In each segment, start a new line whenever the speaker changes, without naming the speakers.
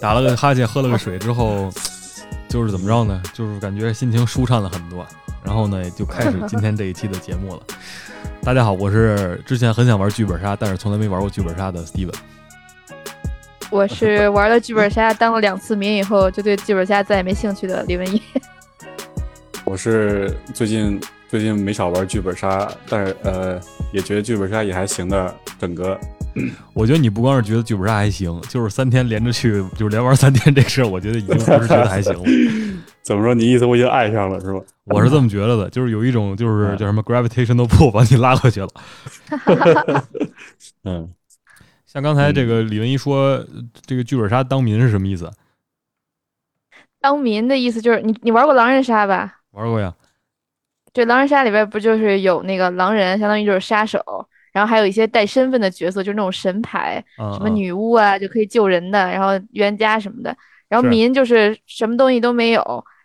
打了个哈欠，喝了个水之后，就是怎么着呢？就是感觉心情舒畅了很多。然后呢，也就开始今天这一期的节目了。 大家好，我是之前很想玩剧本杀，但是从来没玩过剧本杀的 Steven。
我是玩了剧本杀，当了两次民以后，就对剧本杀再也没兴趣的李文一。
我是最近最近没少玩剧本杀，但是呃，也觉得剧本杀也还行的。整个
我觉得你不光是觉得剧本杀还行，就是三天连着去，就是连玩三天这事儿，我觉得已经不是觉得还行了。
怎么说？你意思我已经爱上了是吧？
我是这么觉得的，就是有一种
嗯
就是叫什么 gravitational pull 把你拉过去了。
嗯，
像刚才这个
嗯
李文一说，这个剧本杀当民是什么意思？
当民的意思就是你你玩过狼人杀吧？
玩过呀。
对，狼人杀里边不就是有那个狼人，相当于就是杀手，然后还有一些带身份的角色，就是那种神牌，
嗯
什么
嗯
女巫啊，就可以救人的，然后冤家什么的。然后
是
民就是什么东西都没有，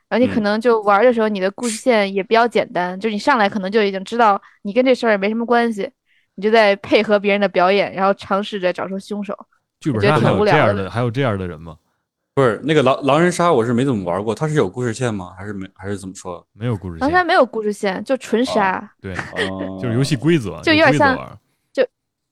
然后你可
嗯
能就玩的时候，你的故事线也比较简单，就是你上来可能就已经知道你跟这事儿也没什么关系，你就在配合别人的表演，然后尝试着找出凶手。
剧本
我觉
杀
得挺
还有
无
这
聊
样
的
的，还有这样的人吗？
不是那个狼狼人杀，我是没怎么玩过，它是有故事线吗？还是没还是怎么说？
没有故事
狼人杀
线，
没有故事线，就纯杀，
对，
哦
就是游戏规则，
就有
有规
点
则
像
玩。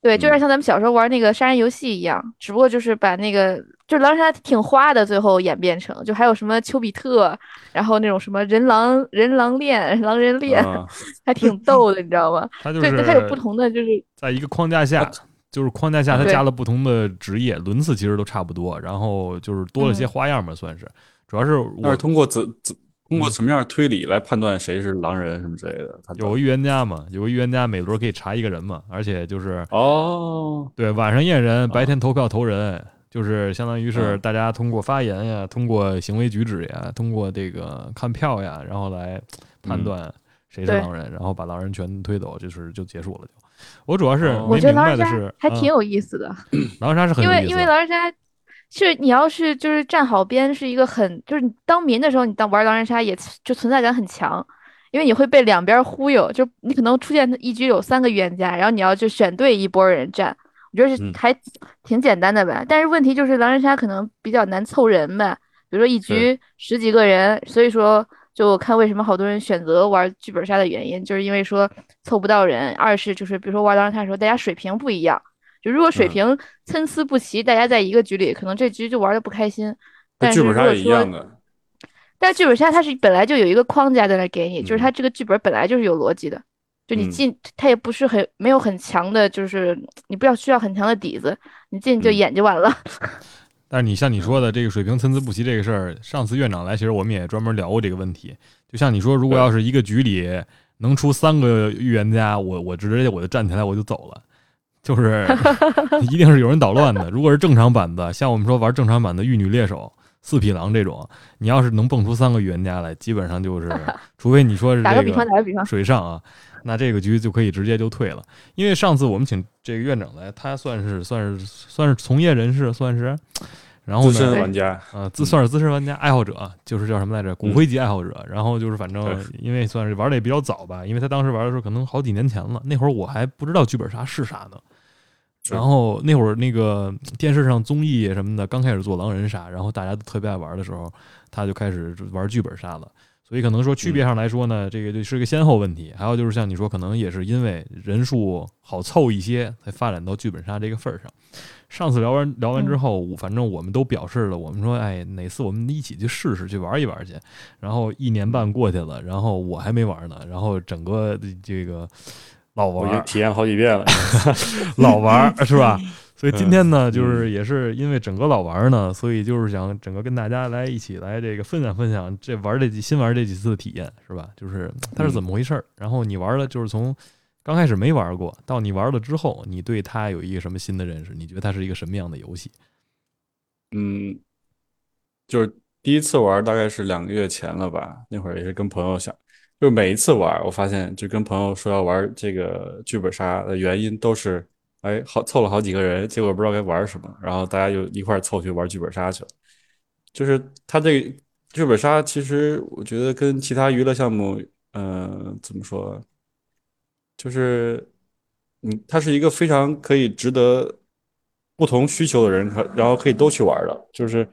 对，
嗯
就有点像咱们小时候玩那个杀人游戏一样，只不过就是把那个就是狼人杀挺花的，最后演变成就还有什么丘比特，然后那种什么人狼人狼恋、狼人 恋，
啊
还挺逗的，你知道吗？
它 就
对，
是
它有不同的，就是
在一个框架下
啊，
就是框架下，它
对
加了不同的职业轮次，其实都差不多，然后就是多了些
嗯
花样吧，算是。主要是
那
我
是通过怎怎
嗯
通过什么样的推理来判断谁是狼人什么之类的？他
有个预言家嘛，有个预言家每轮可以查一个人嘛，而且就是
哦，
对晚上验人，白天投票投人，就是相当于是
嗯
大家通过发言呀，通过行为举止呀，通过这个看票呀，然后来判断谁是
对
狼人，然后把狼人全推走，就是就结束了就。我主要是
哦
没
我觉得
明
狼
白
人
的
杀
是，
还
嗯
挺有意思的，
狼人杀是很
因
有
为
意
因
思
为
的。
狼人杀是你要是就是站好边，是一个很就是你当民的时候，你当玩狼人杀也就存在感很强，因为你会被两边忽悠，就你可能出现一局有三个预言家，然后你要就选对一波人站，我觉得是
嗯
还挺简单的吧。但是问题就是狼人杀可能比较难凑人吧，比如说一局十几个人，所以说。就我看为什么好多人选择玩剧本杀的原因，就是因为说凑不到人；二是就是比如说玩狼人杀的时候，大家水平不一样，就如果水
嗯
平参差不齐，大家在一个局里，可能这局就玩的不开心。但是
剧
如
本
果说，
杀也一样的。
但是剧本杀它是本来就有一个框架在那给你，就是它这个剧本本来就是有逻辑的，就你
嗯
进它也不是很没有很强的，就是你不要需要很强的底子，你进就
嗯
演就完了。
但是你像你说的这个水平参差不齐这个事儿，上次院长来，其实我们也专门聊过这个问题。就像你说，如果
对
要是一个局里能出三个预言家，我我直接我就站起来我就走了， 就是 一定是有人捣乱的。如果是正常版的，像我们说玩正常版的玉女猎手、四匹狼这种，你要是能蹦出三个预言家来，基本上就是， 除非你说是
打
这
个比方，打个比 方，
水上啊，那这个局就可以直接就退了。因为上次我们请这个院长来，他算是算是算是从业人士，算是，然后
资
呢
深
对，
玩家，嗯
呃，自算是资深玩家爱好者，啊就是叫什么来着，骨灰级爱好者。然后就是反正
对
因为算是玩的也比较早吧，因为他当时玩的时候可能好几年前了，那会儿我还不知道剧本杀是啥呢。
是
然后那会儿那个电视上综艺什么的刚开始做狼人杀，然后大家都特别爱玩的时候，他就开始玩剧本杀了。所以可能说区别上来说呢，这个就是个先后问题。还有就是像你说，可能也是因为人数好凑一些，才发展到剧本杀这个份儿上。上次聊完聊完之后，我反正我们都表示了，我们说，哎，哪次我们一起去试试，去玩一玩去。然后一年半过去了，然后我还没玩呢，然后整个这个老
我已
玩
经体验好几遍了。
老玩 儿是吧？所以今天
嗯
呢，就是也是因为整个老玩儿呢，所以就是想整个跟大家来一起来这个分享分享这玩儿这几新玩儿这几次的体验是吧？就是它是怎么回事儿，然后你玩儿了就是从刚开始没玩儿过到你玩儿了之后，你对它有一个什么新的认识？你觉得它是一个什么样的游戏？
嗯，就是第一次玩大概是两个月前了吧，那会儿也是跟朋友想，就是每一次玩，我发现就跟朋友说要玩这个剧本杀的原因都是，哎，好凑了好几个人，结果不知道该玩什么，然后大家就一块儿凑去玩剧本杀去了。就是它这个剧本杀，其实我觉得跟其他娱乐项目，呃，怎么说，就是，嗯，它是一个非常可以值得不同需求的人可，然后可以都去玩儿的。就是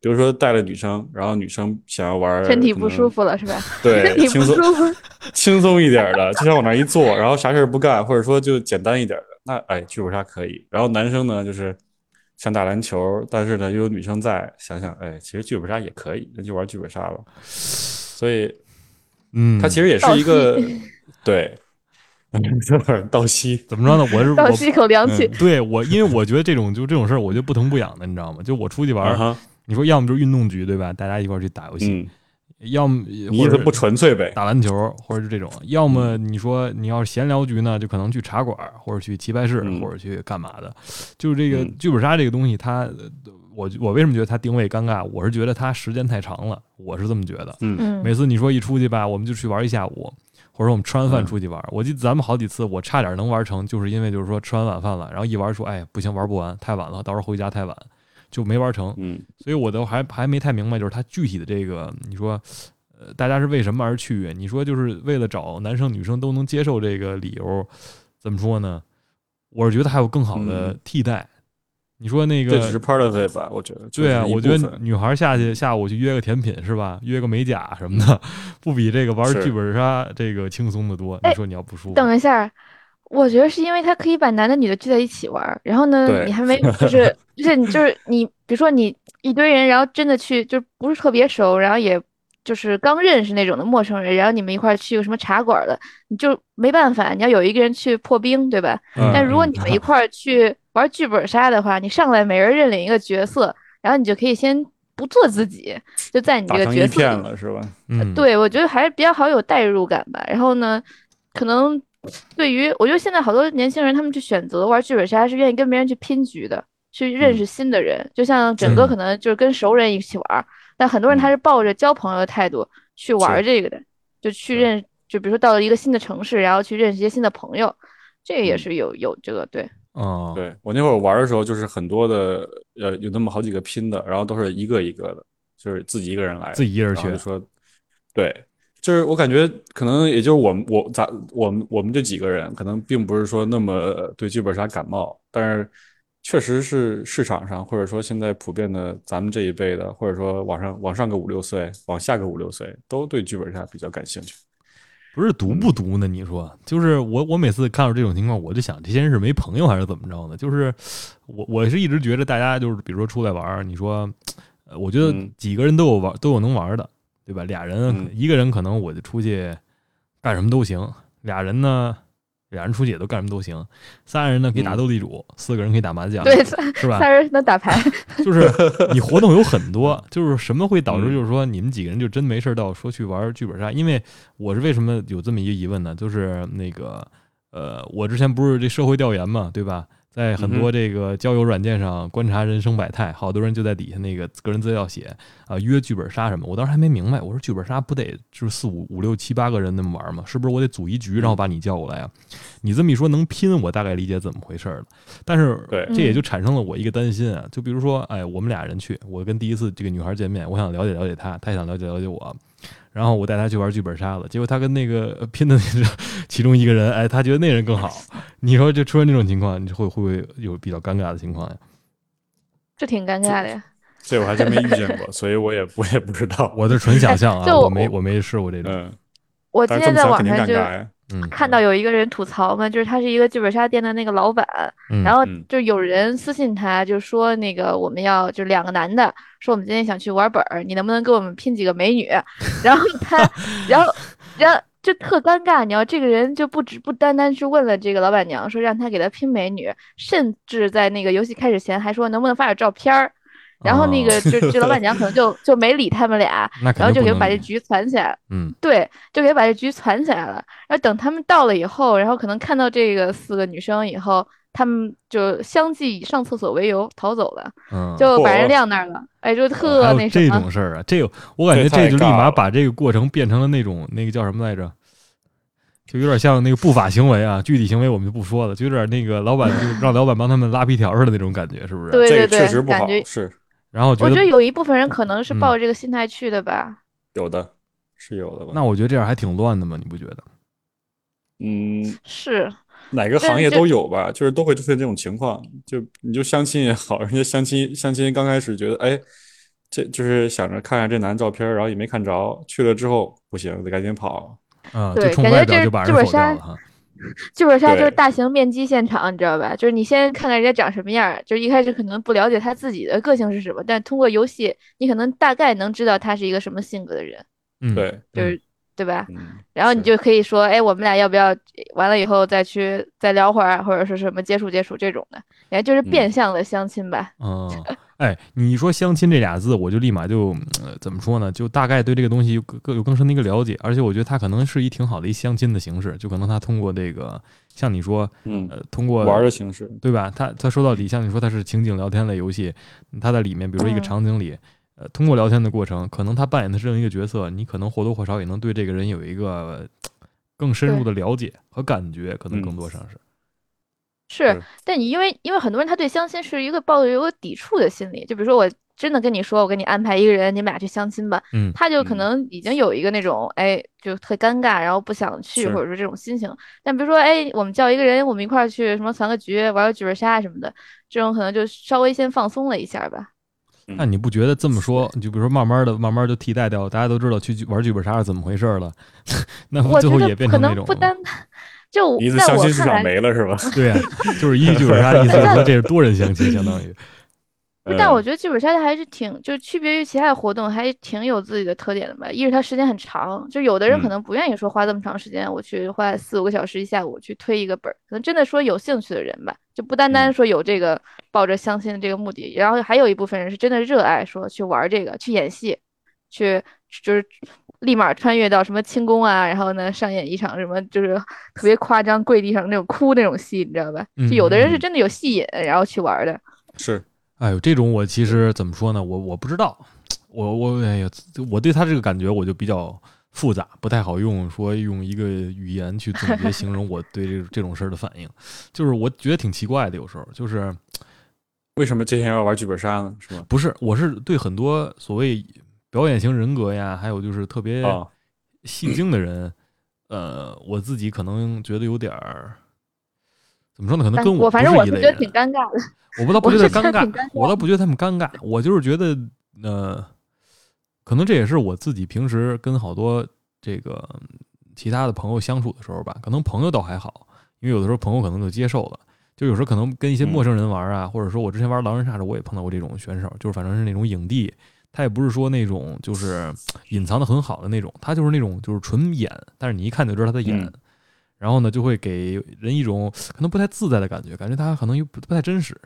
比如说带了女生，然后女生想要玩，
身体不舒服了是吧？
呃对
身，体
轻
不
松
舒服，
轻松一点的，就像往那儿一坐，然后啥事儿不干，或者说就简单一点的，那哎，剧本杀可以。然后男生呢，就是想打篮球，但是呢又有女生在，想想哎，其实剧本杀也可以，那就玩剧本杀吧。 所以
嗯，
它其实也是一个、对， 有点倒吸，
怎么着呢？我是
倒
我嗯
吸一口凉气。
对我，因为我觉得这种就这种事儿，我就不疼不痒的，你知道吗？就我出去玩
啊
儿，
哈，
你说要么就是运动局对吧？大家一块儿去打游戏，
嗯，
要么
你
或
意
者
思不纯粹呗？
打篮球，或者是这种；要么
嗯
你说你要是闲聊局呢，就可能去茶馆儿，或者去棋牌室，
嗯
或者去干嘛的。就是这个
嗯
剧本杀这个东西，它我我为什么觉得它定位尴尬？我是觉得它时间太长了，我是这么觉得。
嗯
嗯，
每次你说一出去吧，我们就去玩一下午，或者说我们吃完饭
嗯
出去玩。我记得咱们好几次，我差点能玩成，就是因为就是说吃完晚饭了，然后一玩说，哎，不行，玩不完，太晚了，到时候回家太晚，就没玩成。
嗯
所以我都还还没太明白，就是它具体的这个，你说，呃，大家是为什么而去？你说就是为了找男生女生都能接受这个理由，怎么说呢？我是觉得还有更好的
嗯
替代。你说那个
这只是 part of it 吧，我觉得。就
对啊，
是一
我
部
觉得
分
女孩下去下午去约个甜品是吧？约个美甲什么的， 不比这个玩
是
剧本杀这个轻松的多。你
哎
说你要不舒服，
等一下，我觉得是因为他可以把男的女的聚在一起玩儿，然后呢，
对
你还没有就是就是你就是你，比如说你一堆人，然后真的去就不是特别熟，然后也就是刚认识那种的陌生人，然后你们一块儿去个什么茶馆儿了，你就没办法，你要有一个人去破冰，对吧？
嗯
但如果你们一块儿去玩剧本杀的话，你上来每人认领一个角色，然后你就可以先不做自己，就在你这
打
个
成
角
一
色
片
里
了是吧？
嗯，
对，我觉得还是比较好有代入感吧。然后呢，可能对于我觉得现在好多年轻人，他们去选择玩剧本杀是愿意跟别人去拼局的，去认
嗯
识新的人。就像整个
嗯
可能就是跟熟人一起玩儿，但很多人他
嗯
是抱着交朋友的态度去玩儿
是嗯
这个的，就去
对
认，就比如说到了一个新的城市，然后去认识一些新的朋友，这个也
嗯
是有有这个对，
哦，
对我那会儿玩的时候，就是很多的，呃，有那么好几个拼的，然后都是一个一个的，就是自己一个人来，
自己一人
然后
去
就，说，对，就是我感觉可能也就是我们我咱我们我们这几个人，可能并不是说那么对剧本杀感冒，但是确实是市场上或者说现在普遍的咱们这一辈的，或者说往上往上个五六岁，往下个五六岁，都对剧本杀比较感兴趣。
不是毒不毒呢？你说，就是我我每次看到这种情况，我就想这些人是没朋友还是怎么着呢？就是我我是一直觉得大家就是比如说出来玩儿，你说，呃我觉得
嗯
几个人都有玩都有能玩的，对吧？俩人、
嗯
一个人可能我就出去干什么都行，俩人呢。俩人出去也都干什么都行，仨人呢可以打
嗯
斗地主，四个人可以打麻
啊
将，
对
是吧
仨？人能打 牌，
就是你活动有很多，就是什么会导致
嗯
就是说你们几个人就真没事儿到说去玩剧本杀？因为我是为什么有这么一个疑问呢？就是那个呃，我之前不是这社会调研嘛，对吧？在很多这个交友软件上观察人生百态，好多人就在底下那个个人资料写啊约剧本杀什么。我当时还没明白，我说剧本杀不得就是四五五六七八个人那么玩吗？是不是我得组一局，然后把你叫过来啊？你这么一说能拼，我大概理解怎么回事儿了。但是
对
这
嗯
也就产生了我一个担心啊，就比如说，哎，我们俩人去，我跟第一次这个女孩见面，我想了解了解她，她也想了解了解我，然后我带她去玩剧本杀了，结果她跟那个呃拼的那个其中一个人，哎，她觉得那人更好，你说就出现这种情况，你会会不会有比较尴尬的情况呀？
这挺尴尬的呀。
这我还真没遇见过，所以我也我也不知道。
我的纯想象
哎
啊，
就
我
我
没我没试过这种，
嗯，
我今
但
天
是这么
在
想
网
肯定
上
尴
就
尬呀。
嗯
看到有一个人吐槽嘛，就是他是一个剧本杀店的那个老板，
嗯，
然后
嗯
就有人私信他，就说那个我们要就两个男的，说我们今天想去玩本儿，你能不能给我们拼几个 美女？然后他，然后，然后就特尴尬，你要这个人就不止不单单是问了这个老板娘说让他给他拼美女，甚至在那个游戏开始前还说能不能发点照片
哦
儿。然后 那个就这老板娘可能就就没理他们俩，
啊那肯
然后
定
就
不
给
能
把这
理
局攒起来了。
嗯
对，就给把这局攒起来了。然后等他们到了以后，然后可能看到这个四个女生以后，他们就相继以上厕所为由逃走了，
嗯，
就把人
嚯
晾那儿了。哎，就特
还
那
有
什
这
么，
种事儿啊，这个我感觉
这太
这就立
尬
马
了
把这个过程变成了那种那个叫什么来着，就有点像那个不法行为啊，具体行为我们就不说了，就有点那个老板就让老板帮他们拉皮条似的那种感觉，是不是？
对对
这个确
对，
实不
感
好
觉，
是
然后
我
觉
觉
得
得有一部分人可能是
嗯
抱着这个心态去的吧。
有的，是有的吧？
那我觉得这样还挺乱的嘛，你不觉得？
嗯，
是，
哪个
但
行业
这
都有吧，就是都会出现这种情况。就你就相亲也好，人家相亲相亲刚开始觉得，哎，这就是想着看看这男照片，然后也没看着，去了之后不行，得赶紧跑。
啊，
对
就冲
感觉
外表
这
就把人
剧本
否掉
杀
了哈。
剧本杀就是
对
大型面基现场，你知道吧？就是你先看看人家长什么样儿，就是一开始可能不了解他自己的个性是什么，但通过游戏，你可能大概能知道他是一个什么性格的人，
嗯，
对，
就是对吧？
嗯，
然后你
是
就可以说，哎，我们俩要不要完了以后再去再聊会儿，或者说什么接触接触这种的，也就是变
嗯
相的相亲吧。
嗯，哎，你一说相亲这俩字，我就立马就、呃、怎么说呢？就大概对这个东西有更有更深的一个了解，而且我觉得它可能是一挺好的一相亲的形式，就可能他通过这个，像你说，
嗯
呃，通过
玩的形式，
对吧？他他说到底，像你说他是情景聊天类游戏，他在里面，比如说一个
嗯
场景里，呃，通过聊天的过程，可能他扮演的是任何一个角色，你可能或多或少也能对这个人有一个呃更深入的了解和感觉，可能
嗯
更多上是，
是
是，
但你因为因为很多人他对相亲是一个抱有一个抵触的心理，就比如说我真的跟你说，我给你安排一个人，你们俩去相亲吧，
嗯
他就可
嗯
能已经有一个那种哎就特尴尬，然后不想去，
是
或者说这种心情。但比如说哎，我们叫一个人，我们一块儿去什么攒个局，玩个剧本杀什么的，这种可能就稍微先放松了一下吧。
那你不觉得这么说，就比如说慢慢的、慢慢就替代掉，大家都知道去剧玩剧本杀是怎么回事儿了， 那不
我
最
觉
后
得
也变
可
成那
能
种
不单，就我
一次
在
相
我
亲市
看
场
来，
没了是吧？
对呀、就是一剧本杀 一次，这是多人相亲，相当于
不 但我
嗯
觉得剧本杀它还是挺，就区别于其他的活动，还挺有自己的特点的吧。一是它时间很长，就有的人可
嗯
能不愿意说花这么长时间，我去花四五个小时一下午去推一个本儿，可能真的说有兴趣的人吧，就不单单
嗯
说有这个抱着相亲的这个目的，然后还有一部分人是真的热爱说去玩儿这个，去演戏，去就是立马穿越到什么清宫啊，然后呢上演一场什么就是特别夸张跪地上那种哭那种戏，你知道吧？就有的人
嗯
是真的有戏瘾，然后去玩儿的。
是
哎呦，这种我其实怎么说呢？我我不知道，我我哎呀，我对他这个感觉我就比较复杂，不太好用说用一个语言去总结形容我 对这这种事儿的反应。就是我觉得挺奇怪的，有时候就是
为什么这些人要玩剧本杀呢？是吧？
不是我是对很多所谓表演型人格呀，还有就是特别
啊，
戏精的人，呃，我自己可能觉得有点儿。怎么说呢？可能
但
跟
我
不
反
是
正我
一
是
类
觉得
人
挺，尴尬的。
我不倒不
我
觉得
是
尴
觉得
尬
挺尴，
我倒不觉得他们尴尬，我就是觉得，呃，可能这也是我自己平时跟好多这个嗯其他的朋友相处的时候吧，可能朋友倒还好，因为有的时候朋友可能就接受了，就有时候可能跟一些陌生人玩啊，或者说我之前玩狼人杀的时候，我也碰到过这种选手，就是反正是那种影帝，他也不是说那种就是隐藏的很好的那种，他就是那种就是纯演，但是你一看就知道他在演。
嗯
然后呢，就会给人一种可能不太自在的感觉，感觉他可能又不不太真实。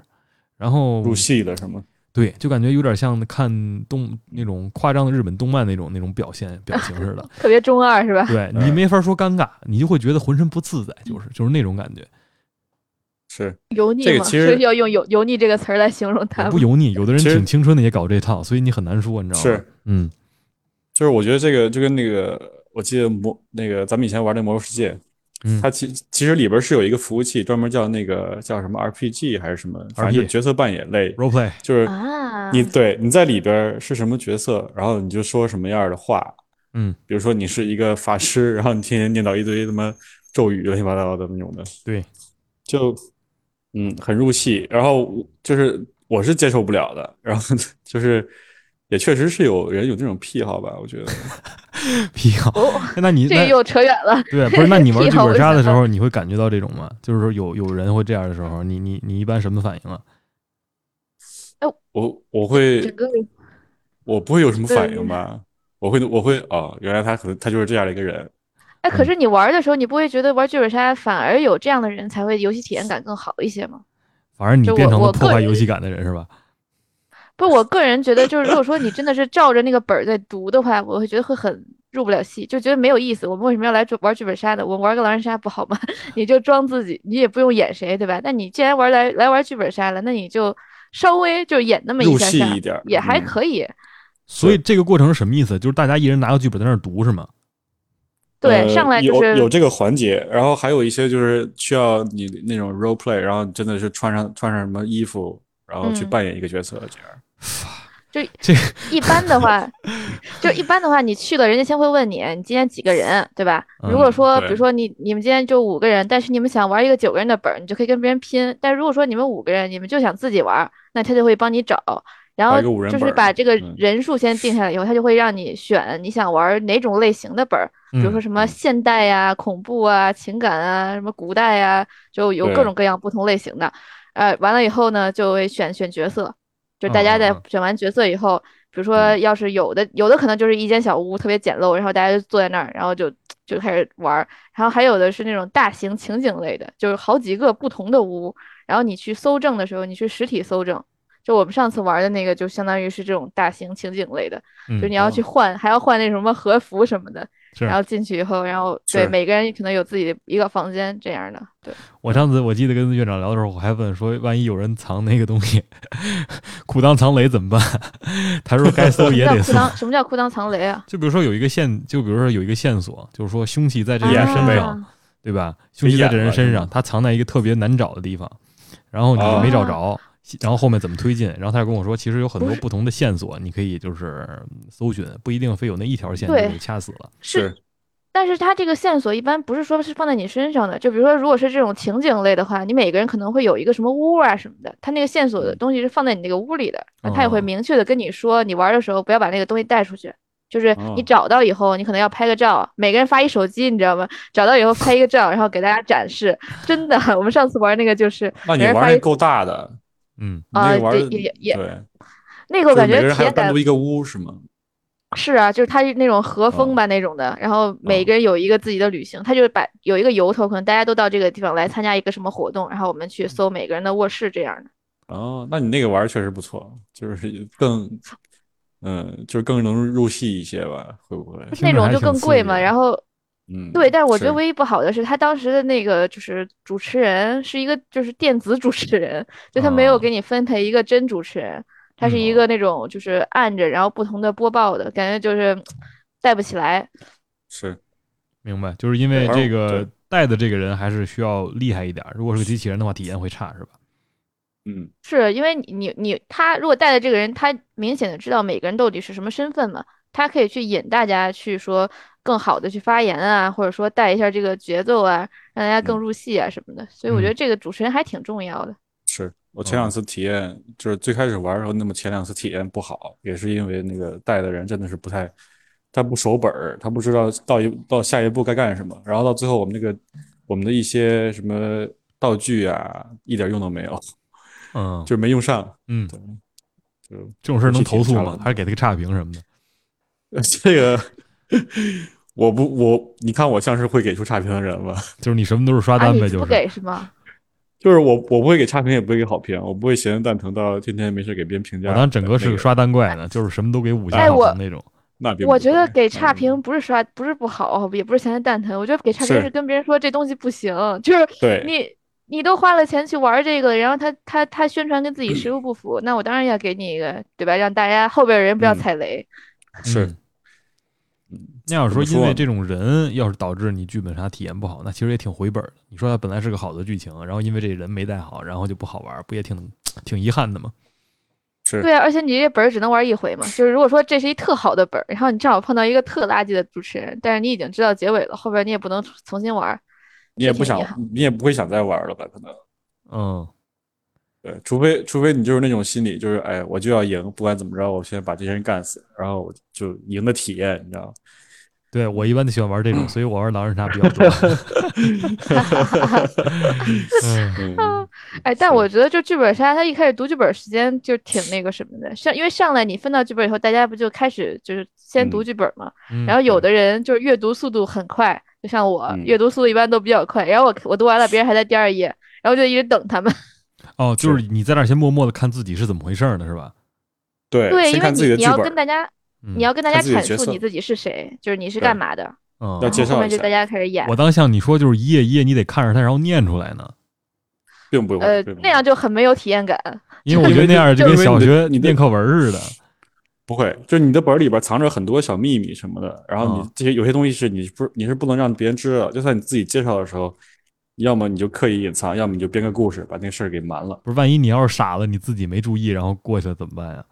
然后
入戏了是吗？
对，就感觉有点像看动那种夸张的日本动漫那种那种表现表情似 的。
特别中二是吧？
对
嗯
你没法说尴尬，你就会觉得浑身不自在，就是就是那种感觉，
是，
油腻
这个
嘛，
其
所
实
以要用油油腻这个词儿来形容
也
他
不
们。
油腻。有的人
其实
挺青春的也搞这套，所以你很难说，你知道吗？
是，
嗯
就是我觉得这个就跟那个，我记得魔那个咱们以前玩那《魔兽世界》，
嗯
它其其实里边是有一个服务器，专门叫那个叫什么 RPG 还是什么，反正就是
RP
角色扮演类，
，role play，
就是
啊，
你对你在里边是什么角色，然后你就说什么样的话，
嗯，
比如说你是一个法师，然后你天天念叨一堆他妈咒语乱七八糟的那种的，
对，
就嗯很入戏。然后我就是我是接受不了的，然后 就是也确实是有人有这种癖好吧，我觉得
癖好。
哦，
那你
这
那
又扯远 了。
对，不是？那你 玩
癖
剧
好
本
我
杀的
想
时
到
候，你会感觉到这种吗？就是说有有人会这样的时候，你你你一般什么反应啊？
我我会
整个
我不会有什么反
对
应吧，我会我会哦，原来他可能他就是这样的一个人，
嗯
哎，可是你玩的时候，你不会觉得玩剧本杀反而有这样的人才会游戏体验感更好一些吗？
反正你
就
变
我
成了
我个
破坏
人
游戏感的人是吧？
不，我个人觉得，就是如果说你真的是照着那个本儿在读的话，我会觉得会很入不了戏，就觉得没有意思。我们为什么要来这玩剧本杀呢？我们玩个狼人杀不好吗？ 你就装自己，你也不用演谁，对吧？那你既然玩来来玩剧本杀了，那你就稍微就演那么一
入
下
戏
下
一，点儿，
也还
嗯
可以。
所以这个过程是什么意思？就是大家一人拿个剧本在那儿读是吗？
对，
呃
上来就
有有
是
这个环节，然后还有一些就是需要你那种 role play，然后真的是穿上穿上什么衣服，然后去
嗯
扮演一个角色，这样。
这个
一般的话，就一般的话，你去了，人家先会问你，你今天几个人，对吧？如果
嗯
说，
对
比如说你你们今天就五个人，但是你们想玩一个九个人的本儿，你就可以跟别人拼。但如果说你们五个人，你们就想自己玩儿，那他就会帮你找。然
把
后
一个五人
就是
本儿
把这个
嗯
人数先定下来以后，它就会让你选你想玩哪种类型的本儿，比如说什么
嗯
现代呀、恐怖啊、情感啊、什么古代呀，就有各
对
种各样不同类型的。呃，完了以后呢，就会选选角色，就大
嗯
家
嗯
在
嗯
选完角色以后，比如说
嗯
要是有的有的可能就是一间小屋特别简陋，然后大家就坐在那儿，然后就就开始玩儿。然后还有的是那种大型情景类的，就是好几个不同的屋，然后你去搜证的时候，你去实体搜证。就我们上次玩的那个，就相当于是这种大型情景类的，
嗯
就你要去换，还要换那什么和服什么的，
是
然后进去以后，然后对
是
每个人可能有自己的一个房间这样的，对，
我上次我记得跟院长聊的时候，我还问说，万一有人藏那个东西，裤裆藏雷怎么办？ 他说该搜也得搜。
什么叫裤裆？什么叫裤裆藏雷啊？
就比如说有一个线，就比如说有一个线索，就是说凶器在这个
眼
人
是
身
没
上，
啊
对吧？凶器在这人身
被掩
上，
了
他藏在一个特别难找的地方，然后你就没找着。然后后面怎么推进？然后他就跟我说，其实有很多不同的线索，你可以就是搜寻，不一定非有那一条线
对
就给掐死了。
是，但是它这个线索一般不是说是放在你身上的，就比如说如果是这种情景类的话，你每个人可能会有一个什么屋啊什么的，它那个线索
嗯
的东西是放在你那个屋里的，
嗯
它也
哦
会明确的跟你说，你玩的时候不要把那个东西带出去。就是你
哦
找到以后，你可能要拍个照，每个人发一手机，你知道吗？找到以后拍一个照，然后给大家展示。真的，我们上次玩那个就是
那
每
你
人
玩
发
那
一
够大的，
嗯，
你那
啊
个玩
对
的
也也
对，
那个，我
就是
感
每
觉
个人还
体
要
验
单
感
独一个屋是吗？
是啊，就是它是那种和风吧那种的，然后每个人有一个自己的旅行，他就是把有一个由头，可能大家都到这个地方来参加一个什么活动，然后我们去搜每个人的卧室这样的。
哦，那你那个玩儿确实不错，就是更，嗯，就是更能入戏一些吧？会不会？
听
那
着
种
还
就
挺
更
刺
贵
激
嘛，
的
然后
嗯，
对，但是我觉得
是
唯一不好的是，他当时的那个就是主持人是一个就是电子主持人，就他没有
哦
给你分配一个真主持人，他是
嗯
一个那种就是按着然后不同的播报的感觉，就是带不起来。
是，
明白，就是因为
对
这
而
个
对
带的这个人还是需要厉害一点儿。如果是个机器人的话，体验会差，是吧？
嗯，
是因为你你你他如果带的这个人，他明显的知道每个人到底是什么身份嘛，他可以去引大家去说更好的去发言啊，或者说带一下这个节奏啊，让大家更
嗯
入戏啊什么的。所以我
嗯
觉得这个主持人还挺重要的。
是我前两次体验，就是最开始玩儿的时候，那么前两次体验不好，也是因为那个带的人真的是不太，他不守本儿，他不知道到一到下一步该干什么，然后到最后我们那个我们的一些什么道具啊，一点用都没有，
嗯，
就是没用上，
嗯，
对，就
这种事儿能投诉
具体
吗
查？了
还是给他个差评什么的？
呃这个我不我，你看我像是会给出差评的人吗？
就是你什么都是刷
啊，
单
哎
你
呗，
不
就是
给是吗？
就是我我不会给差评，也不会给好评，我不会闲得蛋疼到天天没事给别人评价。
我当整个是
那
个刷单怪呢，就是什么都给五星
哎
好
我
评那种。
那并
我
不
觉得
会
给差评
嗯
不是刷，不是不好，也不是闲的蛋疼。我觉得给差评
是
是跟别人说这东西不行，就是
对
你你都花了钱去玩这个，然后他他他宣传跟自己
嗯
实物不符，那我当然要给你一个，对吧？让大家后边人不要
嗯
踩雷。
是
嗯那要是说
怎么
因为
说
这种人，要是导致你剧本杀体验不好，那其实也挺回本儿的。你说它本来是个好的剧情，然后因为这人没带好，然后就不好玩儿，不也挺挺遗憾的吗？
是
对啊，而且你这本儿只能玩一回嘛，就是如果说这是一特好的本儿，然后你正好碰到一个特垃圾的主持人，但是你已经知道结尾了，后边你也不能重新玩儿，
你也不
这挺
想
遗憾，
你也不会想再玩了吧？可能
嗯，
对，除非除非你就是那种心理，就是哎，我就要赢，不管怎么着，我先把这些人干死，然后我就赢的体验，你知道吗？
对我一般就喜欢玩这
嗯
种，所以我玩狼人杀比较 多。嗯
嗯，
哎，但
是
我觉得就剧本杀，他一开始读剧本时间就挺那个什么的，上因为上来你分到剧本以后，大家不就开始就是先读
嗯
剧本嘛，
嗯，
然后有的人就是阅读速度很快，就像我、
嗯
阅读速度一般都比较快，然后我我读完了，别人还在第二页，然后就一直等他们。
哦，就是你在那儿先默默的看自己是怎么回事儿呢，是吧？
对，
对，
先
因为
看自己
你
的
你
剧
要
本
跟大
儿，
家
嗯
你要跟大家
看自己的
阐
角
述你
色
自己是谁，就是你是
对
干嘛的，
嗯
要
然
介
后后
绍
面
一
就
下
大家开始演
我。当像你说就是一页一页，你得看着它，然后念出来呢。
并不会
呃
并，不
那
会
样就很没有体验感。
因为我觉得那样就跟小学念课文似的。
不会，就是你的本儿里边藏着很多小秘密什么的，然后你
嗯
这些有些东西是你不你是不能让别人知道的，就算你自己介绍的时候，要么你就刻意隐藏，要么你就编个故事把那个事儿给瞒了。
不是，万一你要是傻了，你自己没注意，然后过去了怎么办呀？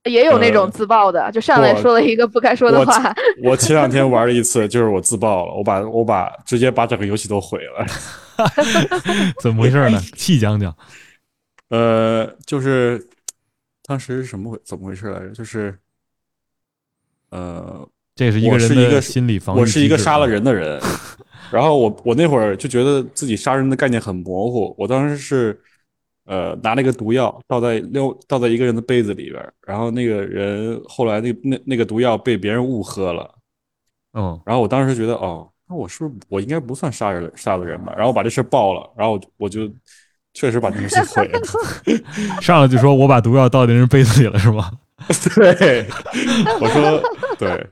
也有那
呃
种自爆的，就上来
我
说了一个不该说的
我
话，
我前两天玩了一次，就是我自爆了，我把我把直接把整个游戏都毁了。
怎么回事呢？细讲讲。
呃，就是当时是什么回怎么回事来着？就是，呃，
这是一个
我
人
是一
的
个
心理防御
我是一个
机制
杀了
啊
人的 人，然后我我那会儿就觉得自己杀人的概念很模糊，我当时是呃拿了一个毒药倒在另倒在一个人的杯子里边儿，然后那个人后来那那那个毒药被别人误喝了，
嗯，
然后我当时觉得哦，那我是不是我应该不算杀人杀了人吧？然后我把这事儿报了，然后我就我就确实把这个事毁了，
上来就说我把毒药倒进人杯子里了是吗？
对， 我说对。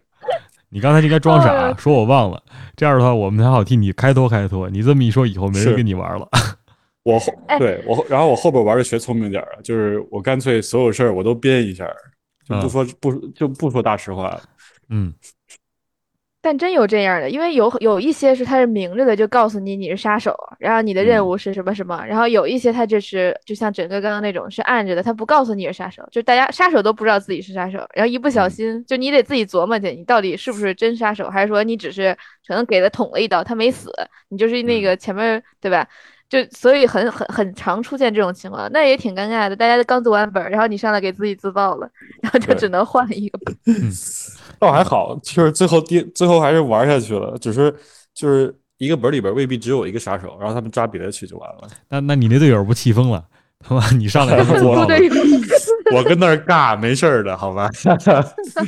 你刚才应该装傻、
哎呦
说我忘了，这样的话我们才好替你开脱开脱。你这么一说，以后没人
是
跟你玩 了。
我后
哎
对我后，然后我后边玩的学聪明点儿了，就是我干脆所有事儿我都编一下儿，就
嗯
不说不就不说大实话了。
嗯，
但真有这样的，因为有有一些是他是明着的，就告诉你你是杀手，然后你的任
嗯
务是什么什么，然后有一些他这是就像整个刚刚那种是暗着的，他不告诉你是杀手，就大家杀手都不知道自己是杀手，然后一不小
嗯
心就你得自己琢磨去，你到底是不是真杀手，还是说你只是可能给他捅了一刀，他没死，你就是那
嗯
个前面儿对吧？就所以很很很常出现这种情况，那也挺尴尬的。大家刚做完本儿，然后你上来给自己自爆了，然后就
对
只能换一个本儿。
倒还好，就是最后第最后还是玩下去了，只是就是一个本儿里边未必只有一个杀手，然后他们抓别的去就完了。
那那你那队友不气疯了？ 他妈，你上来就 自
我
爆
部
了
队，
我跟那儿尬没事儿的，好吧？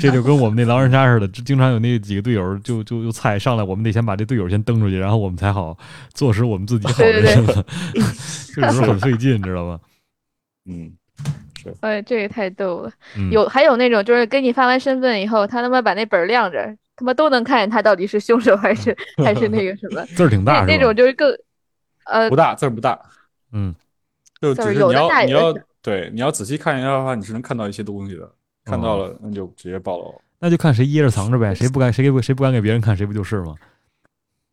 这就跟我们那狼人杀似的，经常有那几个队友就就就菜上来，我们得先把这队友先蹬出去，然后我们才好坐实我们自己好
对
人
对
身份， 就有时候很费劲，你知道吗？
嗯，
哎，这也太逗了。
嗯，
有还有那种就是给你发完身份以后，他他妈把那本儿晾着，他妈都能看见他到底是凶手还是还是那个什么，
字儿挺
那
大是吧？
那种就是更呃
不大字儿不大，
嗯，
就
字
只
儿
是
有
你
的大
要你
有的
要对你要仔细看一下的话，你是能看到一些东西的，看到了那就直接暴露。
那就看谁掖着藏着 呗，谁不敢谁给谁不敢给别人看，谁不就是吗？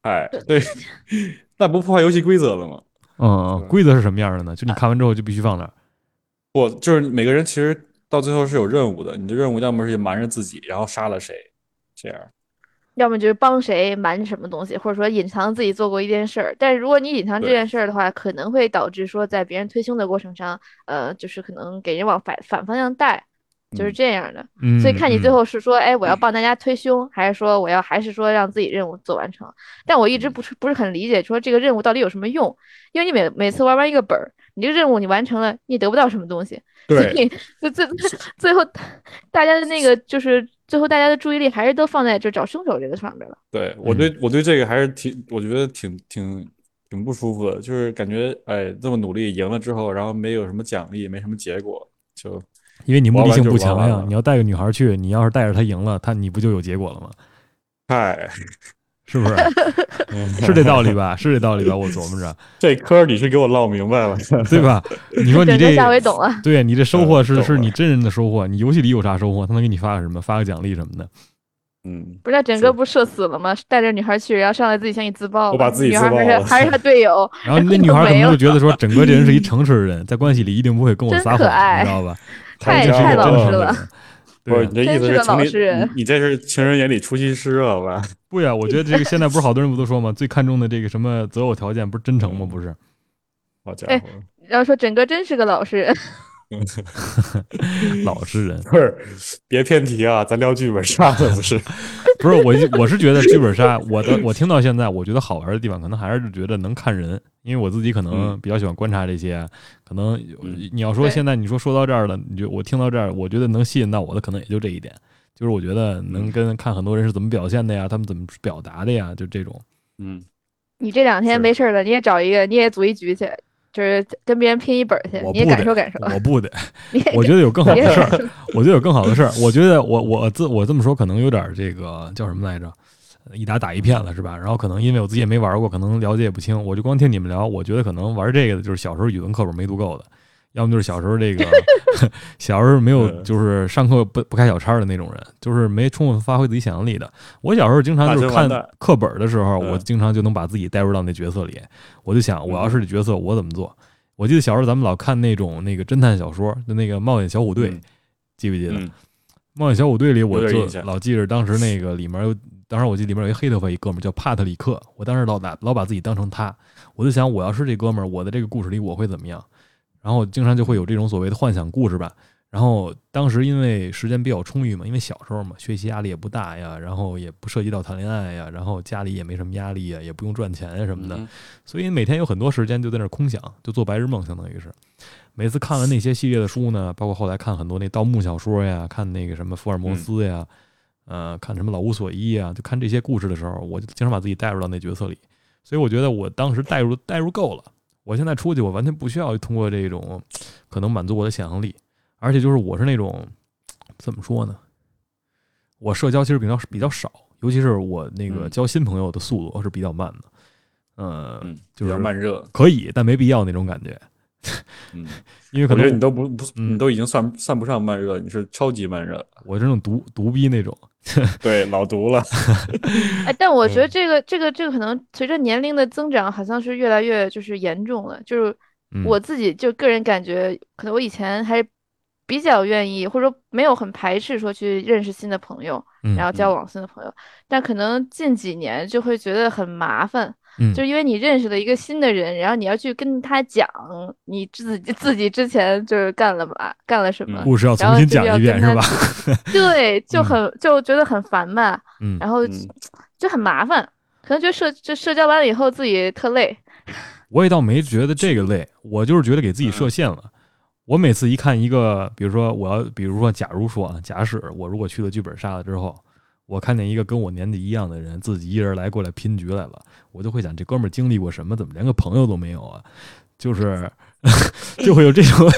哎，对， 那不破坏游戏规则了吗？
嗯嗯，
对
规则是什么样的呢？就你看完之后就必须放那儿。
不，就是每个人其实到最后是有任务的，你的任务要么是瞒着自己，然后杀了谁，这样。
要么就是帮谁瞒什么东西，或者说隐藏自己做过一件事儿。但是如果你隐藏这
对
件事儿的话，可能会导致说在别人推凶的过程上，呃，就是可能给人往反反方向带，就是
嗯
这样的。
嗯，
所以看你最
嗯
后是说，哎，我要帮大家推凶，还是说我要还是说让自己任务做完成？但我一
嗯
直不是不是很理解，说这个任务到底有什么用？因为你每每次玩完一个本儿，你这个任务你完成了，你也得不到什么东西，所
对，
以就最最后大家的那个就是最后大家的注意力还是都放在就找凶手这个上面了。
对我对我对这个还是挺，我觉得挺挺挺不舒服的，就是感觉哎这么努力赢了之后，然后没有什么奖励，没什么结果，就
因为你目的性不强
玩完就玩
呀
完，了
你要带个女孩去，你要是带着她赢了，她你不就有结果 了吗？
嗨，
是不是？
嗯
是这道理吧？是这道理吧？我琢 磨着，
这科儿你是给我唠明白了，
对吧？你说你
对那
这，
下回懂了。
对你这收获是
嗯懂
是你
了
真人的收获，你游戏里有啥收获？他能给你发个什么？发个奖励什么的？
嗯，
不是，那整
是
个不社死了吗？带着女孩去，然后上来自己先给自爆了。
我把自己
女孩
自爆
还是
了
还是他队友，
然 后那女孩可能就觉得说，整个这人是一诚实的人，在关系里一定不会跟我
真
撒
可
谎，
爱
你知道吧？她
太
一定是一
太
个
老
真诚
实
的
了
人。
不是
对
你
啊，
这意
真
思
是个
情
老
侣
实人
你你这是情人眼里出西施了吧？
不呀，我觉得这个现在不是好多人不都说吗？最看重的这个什么择偶条件不是真诚吗？不是，
好家
哎
伙，
然后说整个真是个老实人。
老实人。
不是别偏题啊，咱聊剧本杀了不是？
不是我就，我是觉得剧本 杀，我的我听到现在，我觉得好玩的地方，可能还是觉得能看人，因为我自己可能
嗯
比较喜欢观察这些，可能
嗯
你要说
对
现在你说说到这儿了，你就我听到这儿，我觉得能吸引到我的，可能也就这一点，就是我觉得能
嗯
跟看很多人是怎么表现的呀，他们怎么表达的呀，就这 种。
嗯，
你这两天
是
没事儿了，你也找一个，你也组一局去，就是跟别人拼一本儿去，
我
你也
不
感
得
受感受，
我不得，
你也
我觉得有更好
你也
的事儿
感，受。
我觉得有更好的事儿。我觉得我我自我这么说可能有点儿这个叫什么来着，一打打一片了是吧？然后可能因为我自己也没玩过，可能了解也不清，我就光听你们聊，我觉得可能玩这个的就是小时候语文课本没读够的。要么就是小时候这个，小时候没有
嗯
就是上课不不开小差的那种人，就是没充分发挥自己想象力的。我小时候经常就是
大神
看
完蛋
课本的时候，
嗯
我经常就能把自己带入到那角色里，我就想我要是这角色我怎么做。我记得小时候咱们老看那种那个侦探小说，就那个冒险小虎队，
嗯
记不记得？
嗯
冒险小虎队里，我
有点
就
印象
老记着当时那个里面有，当时我记得里面有一黑头发一哥们儿叫帕特里克，我当时老把老把自己当成他，我就想我要是这哥们儿，我的这个故事里我会怎么样？然后经常就会有这种所谓的幻想故事吧。然后当时因为时间比较充裕嘛，因为小时候嘛，学习压力也不大呀，然后也不涉及到谈恋爱呀，然后家里也没什么压力呀，也不用赚钱呀什么的，
嗯
所以每天有很多时间就在那儿空想，就做白日梦，相当于是。每次看完那些系列的书呢，包括后来看很多那盗墓小说呀，看那个什么福尔摩斯呀，呃，看什么老无所依呀，就看这些故事的时候，我就经常把自己带入到那角色里，所以我觉得我当时带入带入够了。我现在出去，我完全不需要通过这种可能满足我的想象力，而且就是我是那种怎么说呢？我社交其实比较比较少，尤其是我那个
嗯
交新朋友的速度是比较慢的。呃，
嗯，
就
比较
是
慢热，
可以，但没必要那种感觉，
嗯，
因为可
我觉得你
能
都不不，
嗯
你都已经算算不上慢热，你是超级慢热，
我这种独独逼那种，
对，老毒了，
哎，但我觉得
嗯
这个这个这个可能随着年龄的增长，好像是越来越就是严重了。就是
嗯
我自己就个人感觉，可能我以前还比较愿意，或者说没有很排斥说去认识新的朋友，
嗯
然后交
嗯
往新的朋友。但可能近几年就会觉得很麻烦，
嗯
就是因为你认识了一个新的人，然后你要去跟他讲你自己自己之前就是干了嘛，干了什么，
嗯故事要
然
重
后
新
就
讲
要
一遍
跟
是
他
吧？
对，就
嗯
很就觉得很烦嘛。
嗯，
然后
嗯
就很麻烦，可能就社就社交完了以后自己特累。
我也倒没觉得这个累，我就是觉得给自己
嗯
设限了。我每次一看一个，比如说我要，比如说，假如说啊，假使我如果去了剧本杀了之后，我看见一个跟我年纪一样的人自己一人来过来拼局来了，我就会想这哥们儿经历过什么？怎么连个朋友都没有啊？就是 就会有这 种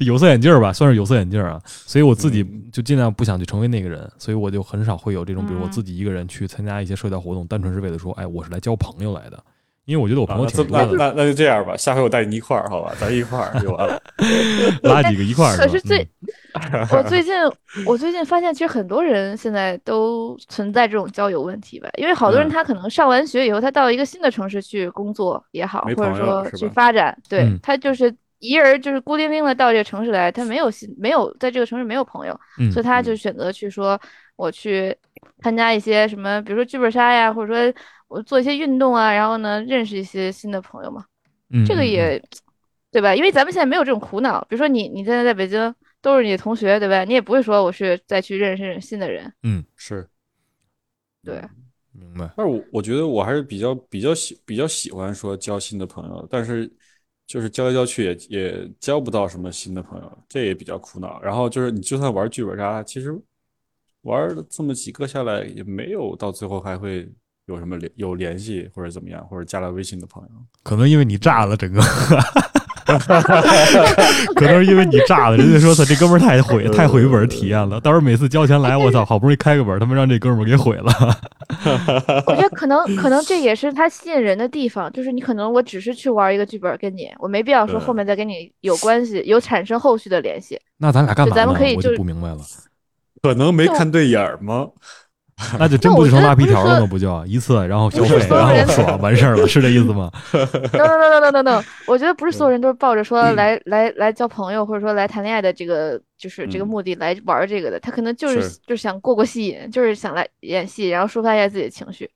有色眼镜儿吧，算是有色眼镜儿啊。所以我自己
嗯
就尽量不想去成为那个人，所以我就很少会有这种，比如我
嗯
自己一个人去参加一些社交活动，单纯是为了说，哎，我是来交朋友来的。因为我觉得我
啊
朋友
那
挺
这
多
那
的，
那那就这样吧，下回我带你一块儿，好吧，咱一块 儿就完了。
拉几个一块儿吧。
可是最
嗯，
我最近我最近发现，其实很多人现在都存在这种交友问题吧，因为好多人
嗯
他可能上完学以后，他到一个新的城市去工作也好，
没
或者
朋友
说
是
去
吧
发展，对
嗯
他就是一人儿就是孤零零的到这个城市来，他没有新没有在这个城市没有朋友，
嗯
所以他
嗯
就选择去说我去参加一些什么，比如说剧本杀呀，或者说我做一些运动啊，然后呢认识一些新的朋友嘛。
嗯
这个
嗯嗯
也，对吧？因为咱们现在没有这种苦恼。比如说你，你现在在北京，都是你的同学，对吧？你也不会说我是再去认识新的人，
是，
对。
嗯明白，
但是我我觉得我还是比较比较喜比较喜欢说交新的朋友，但是就是交来交去也也交不到什么新的朋友，这也比较苦恼。然后就是你就算玩剧本杀，其实玩了这么几个下来，也没有到最后还会有什么联有联系或者怎么样，或者加了微信的朋友。
可能因为你炸了整个。
哦
可能是因为你炸了，人家说操这哥们儿太 毁太毁本体验了，到时候每次交钱来，我操，好不容易开个本，他们让这哥们儿给毁了。
我觉得可能可能这也是它吸引人的地方，就是你可能我只是去玩一个剧本跟你，我没必要说后
对
面再跟你有关系，有产生后续的联系。
那咱俩干嘛
就咱
呢
们可以？
我
就
就不明白了，
可能没
那我
看对眼儿吗？
那就真
那
不
我
就成
觉得
拉皮
不是
条了吗？
说
不就啊一次，然后消
不是
费，
所有
然
人
后爽，完事儿了，是这意思吗？
no no no no no no no，我觉得不是所有人都是抱着说来来来交朋友或者说来谈恋爱的这个就是这个
嗯
目的来玩儿这个的，他可能就是
是
就是想过过戏瘾，就是想来演戏，然后抒发一下自己的情绪。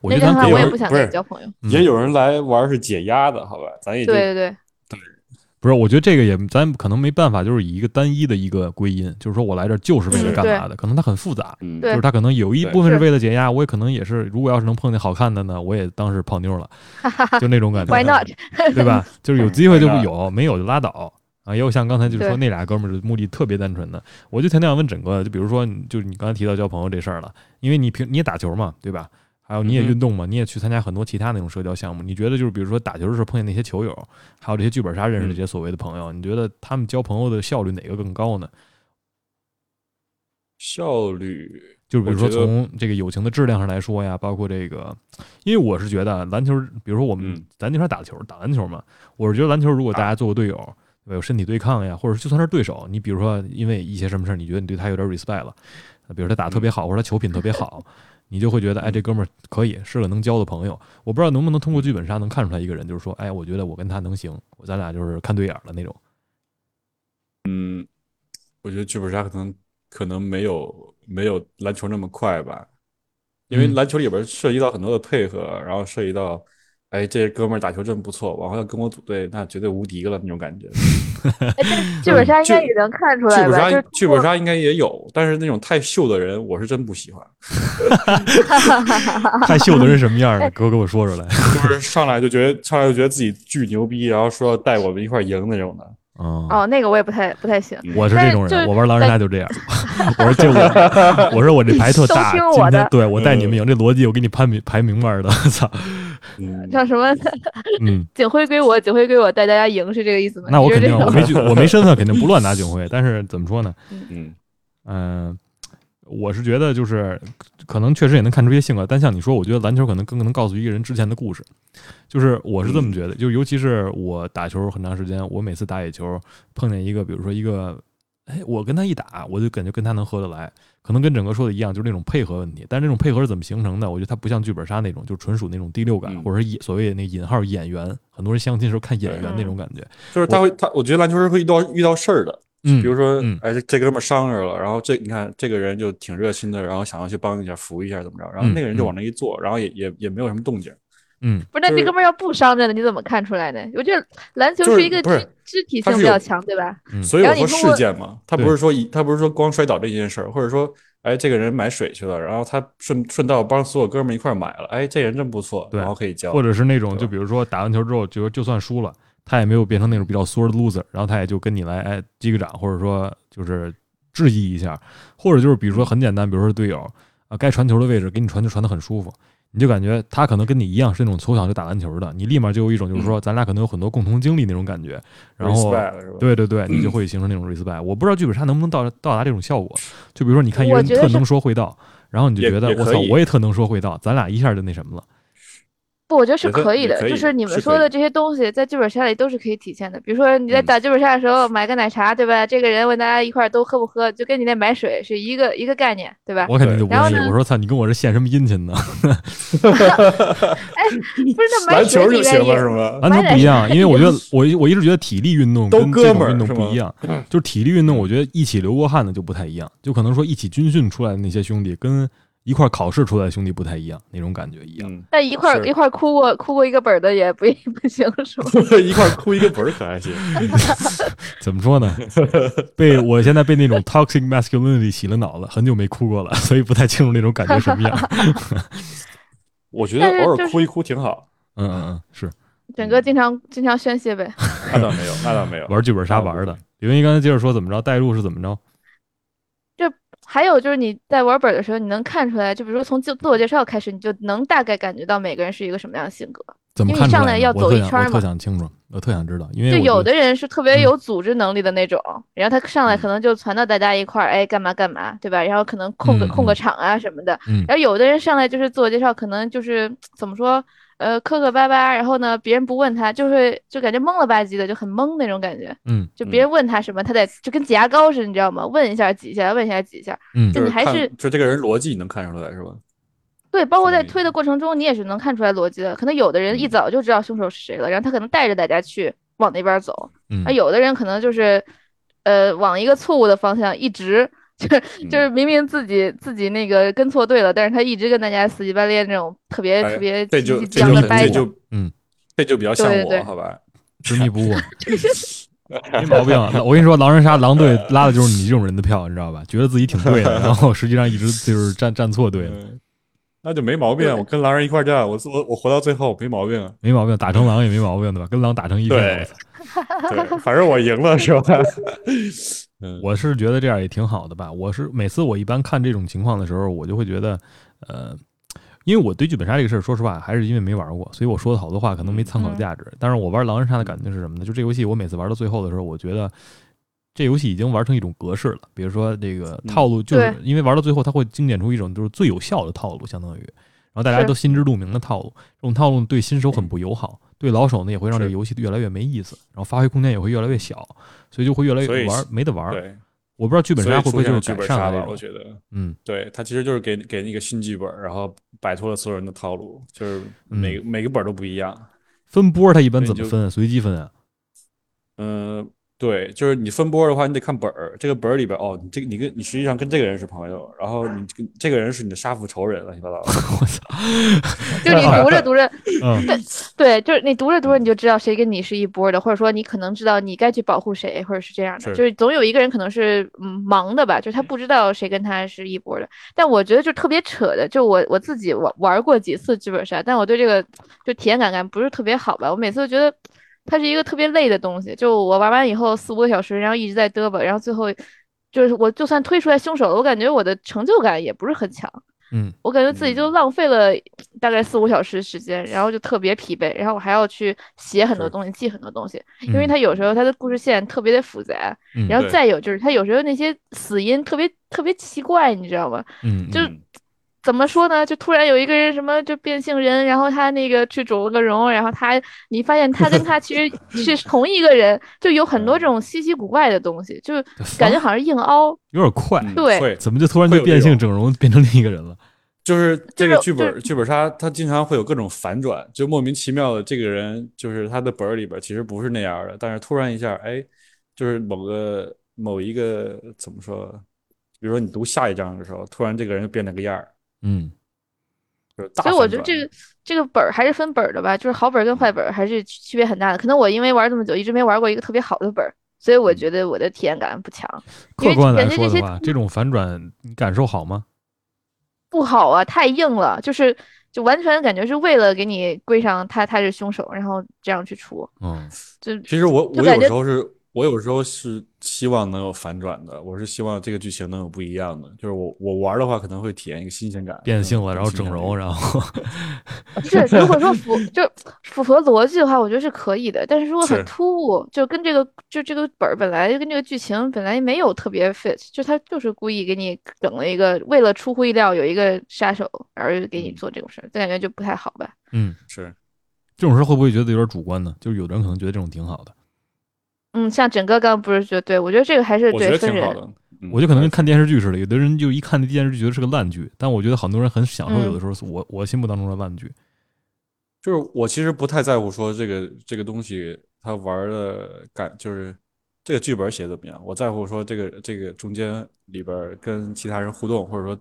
我
那
觉
这
得
样
咱可
的话，
以
我也
玩
不想
不
跟你
是
交朋友。
嗯
也有人来玩是解压的，好吧，咱也就
对对对，
不是，我觉得这个也咱可能没办法，就是以一个单一的一个归因，就是说我来这儿就是为了
嗯
是
干嘛的，可能它很复杂，
嗯
对
就是他可能有一
对
部分是
是
为了解压，我也可能也是，如果要是能碰见好看的呢，我也当是泡 妞了，就那种感
Why
觉，
not？
对吧？就是有机会就
Why not？
有，没有就拉倒啊。也有像刚才就是说
对
那俩哥们儿的目的特别单纯的，我就强调问整个，就比如说你就是你刚才提到交朋友这事儿了，因为你平你也打球嘛，对吧？还有你也
嗯哼
运动嘛，你也去参加很多其他那种社交项目，你觉得就是比如说打球的时候碰见那些球友，还有这些剧本杀认识
嗯
的这些所谓的朋友，你觉得他们交朋友的效率哪个更高呢？
效率，
就是比如说
我觉得
从这个友情的质量上来说呀，包括这个，因为我是觉得啊篮球，比如说我们
嗯啊
咱那天打球打篮球嘛，我是觉得篮球如果大家做个队友，有身体对抗呀，或者就算是对手，你比如说因为一些什么事儿，你觉得你对他有点 respect 了，比如他打得特
嗯
别好，或者他球品特别 好，你就会觉得哎这哥们儿可以是个能交的朋友。我不知道能不能通过剧本杀能看出来一个人，就是说哎我觉得我跟他能行，我咱俩就是看对眼儿了那种。
嗯，我觉得剧本杀可能可能没有没有篮球那么快吧，因为
嗯
篮球里边涉及到很多的配合，然后涉及到哎，这哥们儿打球真不错，往后要跟我组队，那绝对无敌了那种感觉。
哎，但剧本杀应该也能看出
剧
来
本
吧？就
杀
是
剧本杀应该也有，但是那种太秀的人，我是真不喜欢，啊
太秀的人什么样 的？给我给我说出来。
就是上来就觉得上来就觉得自己巨牛逼，然后说要带我们一块儿赢那种的。
嗯，
哦，那个我也不太不太行。
我是这种
但
人，
是
我玩狼人杀就这样。 我说这 我，我说我这牌特大，
都听
今
我的
天对我带你们赢，这逻辑我给你排明排明白的。 操，
嗯，
像什么
嗯，
警徽归我，警徽归我，带大家赢是这个意思吗？
那我
你
肯
是这
定
种
我 没去我没身份，肯定不乱拿警徽。但是怎么说呢？
嗯
嗯，我是觉得就是可能确实也能看出一些性格，但像你说，我觉得篮球可能更能告诉一个人之前的故事。就是我是
嗯
这么觉得，就尤其是我打球很长时间，我每次打野球碰见一个，比如说一个，哎，我跟他一打，我就感觉跟他能合得来，可能跟整个说的一样，就是那种配合问题。但是这种配合是怎么形成的？我觉得它不像剧本杀那种，就纯属那种第六感，
嗯
或者是演所谓那引号演员，很多人相亲时候看演员那种感觉。
就是他会他，我觉得篮球是会遇到遇到事儿的，
嗯，
比如说
嗯，
哎，这这哥们儿伤着了，然后这你看这个人就挺热心的，然后想要去帮一下、扶一下怎么着，然后那个人就往那一坐，然后也也也没有什么动静。
嗯，
不是，那
就是
这哥们儿要不伤着呢，你怎么看出来呢？我觉得篮球
就是
是一个
不是
肢肢体
它
性
是
比
有
较强，对吧？
嗯
所以
然
我
后
说
你通
事
过
件嘛，他
对
不是说一，他不是说光摔倒这一件事儿，或者说，哎，这个人买水去了，然后他顺顺道帮所有哥们儿一块儿买了，哎，这人真不错，
对
然后可以交，
或者是那种，
对吧
就比如说打完球之后，就就算输了，他也没有变成那种比较 sore 的 loser，然后他也就跟你来哎击个掌，或者说就是质疑一下，或者就是比如说很简单，比如说队友啊该传球的位置给你传就传的很舒服，你就感觉他可能跟你一样是那种从小就打篮球的，你立马就有一种就是说咱俩可能有很多共同经历那种感觉，然后
respect 是吧？
对对对，你就会形成那种 respect。我不知道剧本杀能不能到到达这种效果，就比如说你看一个
我
人
觉得
特
是
能说会道，然后你就
也
觉得
也
我
可
操
以
我也特能说会道，咱俩一下就那什么了。
不，我觉得是
也可
可以
也
的，
可以
就
的
是你们
是
说
可以
的这些东西，在剧本杀里都是可以体现的。比如说你在
嗯
打剧本杀的时候买个奶茶，对吧？这个人问大家一块儿都喝不喝，就跟你那买水是一个一个概念，对吧？
我肯定就不
然后
信。
呢
我说操，你跟我这献什么殷勤呢？
不是，那买
篮
水
球
里
就
面
行了
也
是吗？
篮球啊不一样，因为我觉得我我一直觉得体力运动
都
跟
哥
这
们
种
儿
运动
是
不
吗嗯
一样，就是体力运动，我觉得一起流过汗的就不太一样，就可能说一起军训出来的那些兄弟，跟一块儿考试出来的兄弟不太一样，那种感觉一样。
嗯，
但一块儿
是
一块儿哭过哭过一个本儿的也不 不行，是吗？
一块儿哭一个本儿 可还行，
怎么说 呢？被我现在被那种 toxic masculinity 洗了脑了，很久没哭过了，所以不太清楚那种感觉什么 样。
我觉得
但是
偶
就
尔
是
哭一哭挺好，
嗯嗯嗯，是
整个经常经常宣泄呗。
那倒没有，那倒没 有，
玩剧本杀玩
嗯
的。李文一刚才接着说怎么着带入是怎么着？
还有就是你在玩本儿的时候，你能看出来，就比如说从自自我介绍开始，你就能大概感觉到每个人是一个什么样的性格。
怎么
因为
看出
上
来
来
呢？
要
我
走
特
一
想
圈儿
我特
嘛
想清楚，我特想知道，因为
就
我觉
有
得
的人是特别
嗯
有组织能力的那种，然后他上来
嗯
可能就传到大家一块儿，哎，干嘛干嘛，对吧？然后可能控个
嗯嗯
控个场啊什么的。
嗯
然后有的人上来就是自我介绍，可能就是怎么说，呃，磕磕巴巴，然后呢，别人不问他，就会就感觉懵了吧唧的，就很懵那种感觉。
嗯
就别人问他什么，他得就跟挤牙膏似的，你知道吗？问一下挤一下，问一下挤一下。
嗯
就
就是
你还
看
是
就这个人逻辑你能看出来是吧？
对，包括在
同意
推的过程中，你也是能看出来逻辑的。可能有的人一
嗯
早就知道凶手是谁了，然后他可能带着大家去往那边走。
嗯
啊，有的人可能就是，呃，往一个错误的方向一直，就是就是
嗯
明明自己自己那个跟错队了，但是他一直跟大家死乞白赖那种特别
哎
特别
这
叽
就
叽
这
喳喳
就
很
的
这
掰扯。
就
嗯，
这就比较像
对对
我，好吧？
执迷不悟，没毛病。我跟你说，狼人杀狼队拉的就是你这种人的票，你知道吧？觉得自己挺对的，然后实际上一直就是站站错队了，
嗯，那就没毛病啊。
对
我跟狼人一块儿战，我我我活到最后没毛病 啊。
没毛病。打成狼也没毛病，对吧？跟狼打成一片，我
对
操
对，反正我赢了是吧？嗯，
我是觉得这样也挺好的吧。我是每次我一般看这种情况的时候，我就会觉得，呃，因为我对剧本杀这个事儿，说实话还是因为没玩过，所以我说的好多话可能没参考价值。但是我玩狼人杀的感觉是什么呢？就这游戏，我每次玩到最后的时候，我觉得这游戏已经玩成一种格式了。比如说这个
嗯
套路，就是
对
因为玩到最后，它会精简出一种就是最有效的套路，相当于，然后大家
是
都心知肚明的套路。这种套路对新手很不友好，对老手呢也会让这
是
个游戏越来越没意思，然后发挥空间也会越来越小，所以就会越来
所
越
以
玩没得玩。
对，
我不知道剧本
所
杀
以
会不
出
会
现
就
了
是
剧
改
本
善
杀
了
吧？
这种。
我觉得，
嗯，
对他其实就是给给你一个新剧本，然后摆脱了所有人的套路，就是
嗯
每个、每个本儿都不一样。
分波它一般啊
对
怎么
就
分？随机分啊？
嗯、对，就是你分波的话，你得看本儿，这个本儿里边哦，你这个你跟你实际上跟这个人是朋友，然后你跟这个人是你的杀父仇人，乱七八糟的。
我操，啊
就你读着读着，
嗯，
对，就是你读着读着你就知道谁跟你是一波的，或者说你可能知道你该去保护谁，或者是这样的，
是
就是总有一个人可能是嗯忙的吧，就是他不知道谁跟他是一波的。但我觉得就特别扯的，就我我自己玩玩过几次剧本杀，但我对这个就体验感感不是特别好吧，我每次都觉得它是一个特别累的东西，就我玩完以后四五个小时，然后一直在嘚吧，然后最后就是我就算推出来凶手了，我感觉我的成就感也不是很强。
嗯，
我感觉自己就
嗯
浪费了大概四五小时时间，然后就特别疲惫，然后我还要去写很多
是
东西，记很多东西，
因
因为它有时候它的故事线特别的复杂，
嗯
然后
对
再有就是它有时候那些死因特别特别奇怪，你知道吗？
嗯
就
嗯
怎么说呢？就突然有一个人什么就变性人，然后他那个去整了个容，然后他你发现他跟他其实是同一个人，就有很多这种稀奇古怪的东西，就感觉好像硬凹。
有点快，
嗯
对
会
怎么就突然就
会有这
变性整
种
容变成另一个人了？
就是这个
就是
剧
就
本剧本杀，它经常会有各种反转，就莫名其妙的，这个人就是他的本儿里边其实不是那样的，但是突然一下，哎，就是某个某一个怎么说，比如说你读下一章的时候，突然这个人就变了个样儿，
嗯，
就是大
所
反
以
转。
我觉得这个这个本儿还是分本儿的吧，就是好本儿跟坏本儿还是区区别很大的。可能我因为玩这么久，一直没玩过一个特别好的本儿，所以我
嗯
觉得我的体验感不强，因
客
为
观
感
来
觉这
说
些
的话，这种反转你感受好吗？
不好啊，太硬了，就是就完全感觉是为了给你归上他他是凶手，然后这样去出，
嗯，
就
其实我
就
我
感
有
觉
时候是，我有时候是希望能有反转的，我是希望这个剧情能有不一样的。就是我我玩的话，可能会体验一个新鲜感，
变
嗯
性了，然后
新鲜
整
感
容，然后
是如果说 符就符合逻辑的话，我觉得是可以的。但是如果很
是
突兀，就跟这个就这个本儿本来跟这个剧情本来没有特别 fit，就他就是故意给你整了一个为了出乎意料有一个杀手而给你
嗯
做这种事儿，这感觉就不太好吧。
嗯，
是
这种事会不会觉得有点主观呢？就是有的人可能觉得这种挺好的，
嗯，像整个刚刚不是觉得对我觉得这个还是
我觉
对
得
分
挺好
人，
的。嗯
我就可能跟看电视剧似的，有的人就一看那电视剧觉得是个烂剧，但我觉得很多人很享受，
嗯
有的时候是我我心目当中的烂剧，
就是我其实不太在乎说这个这个东西它玩的感，就是这个剧本写得怎么样，我在乎说这个这个中间里边儿跟其他人互动，或者说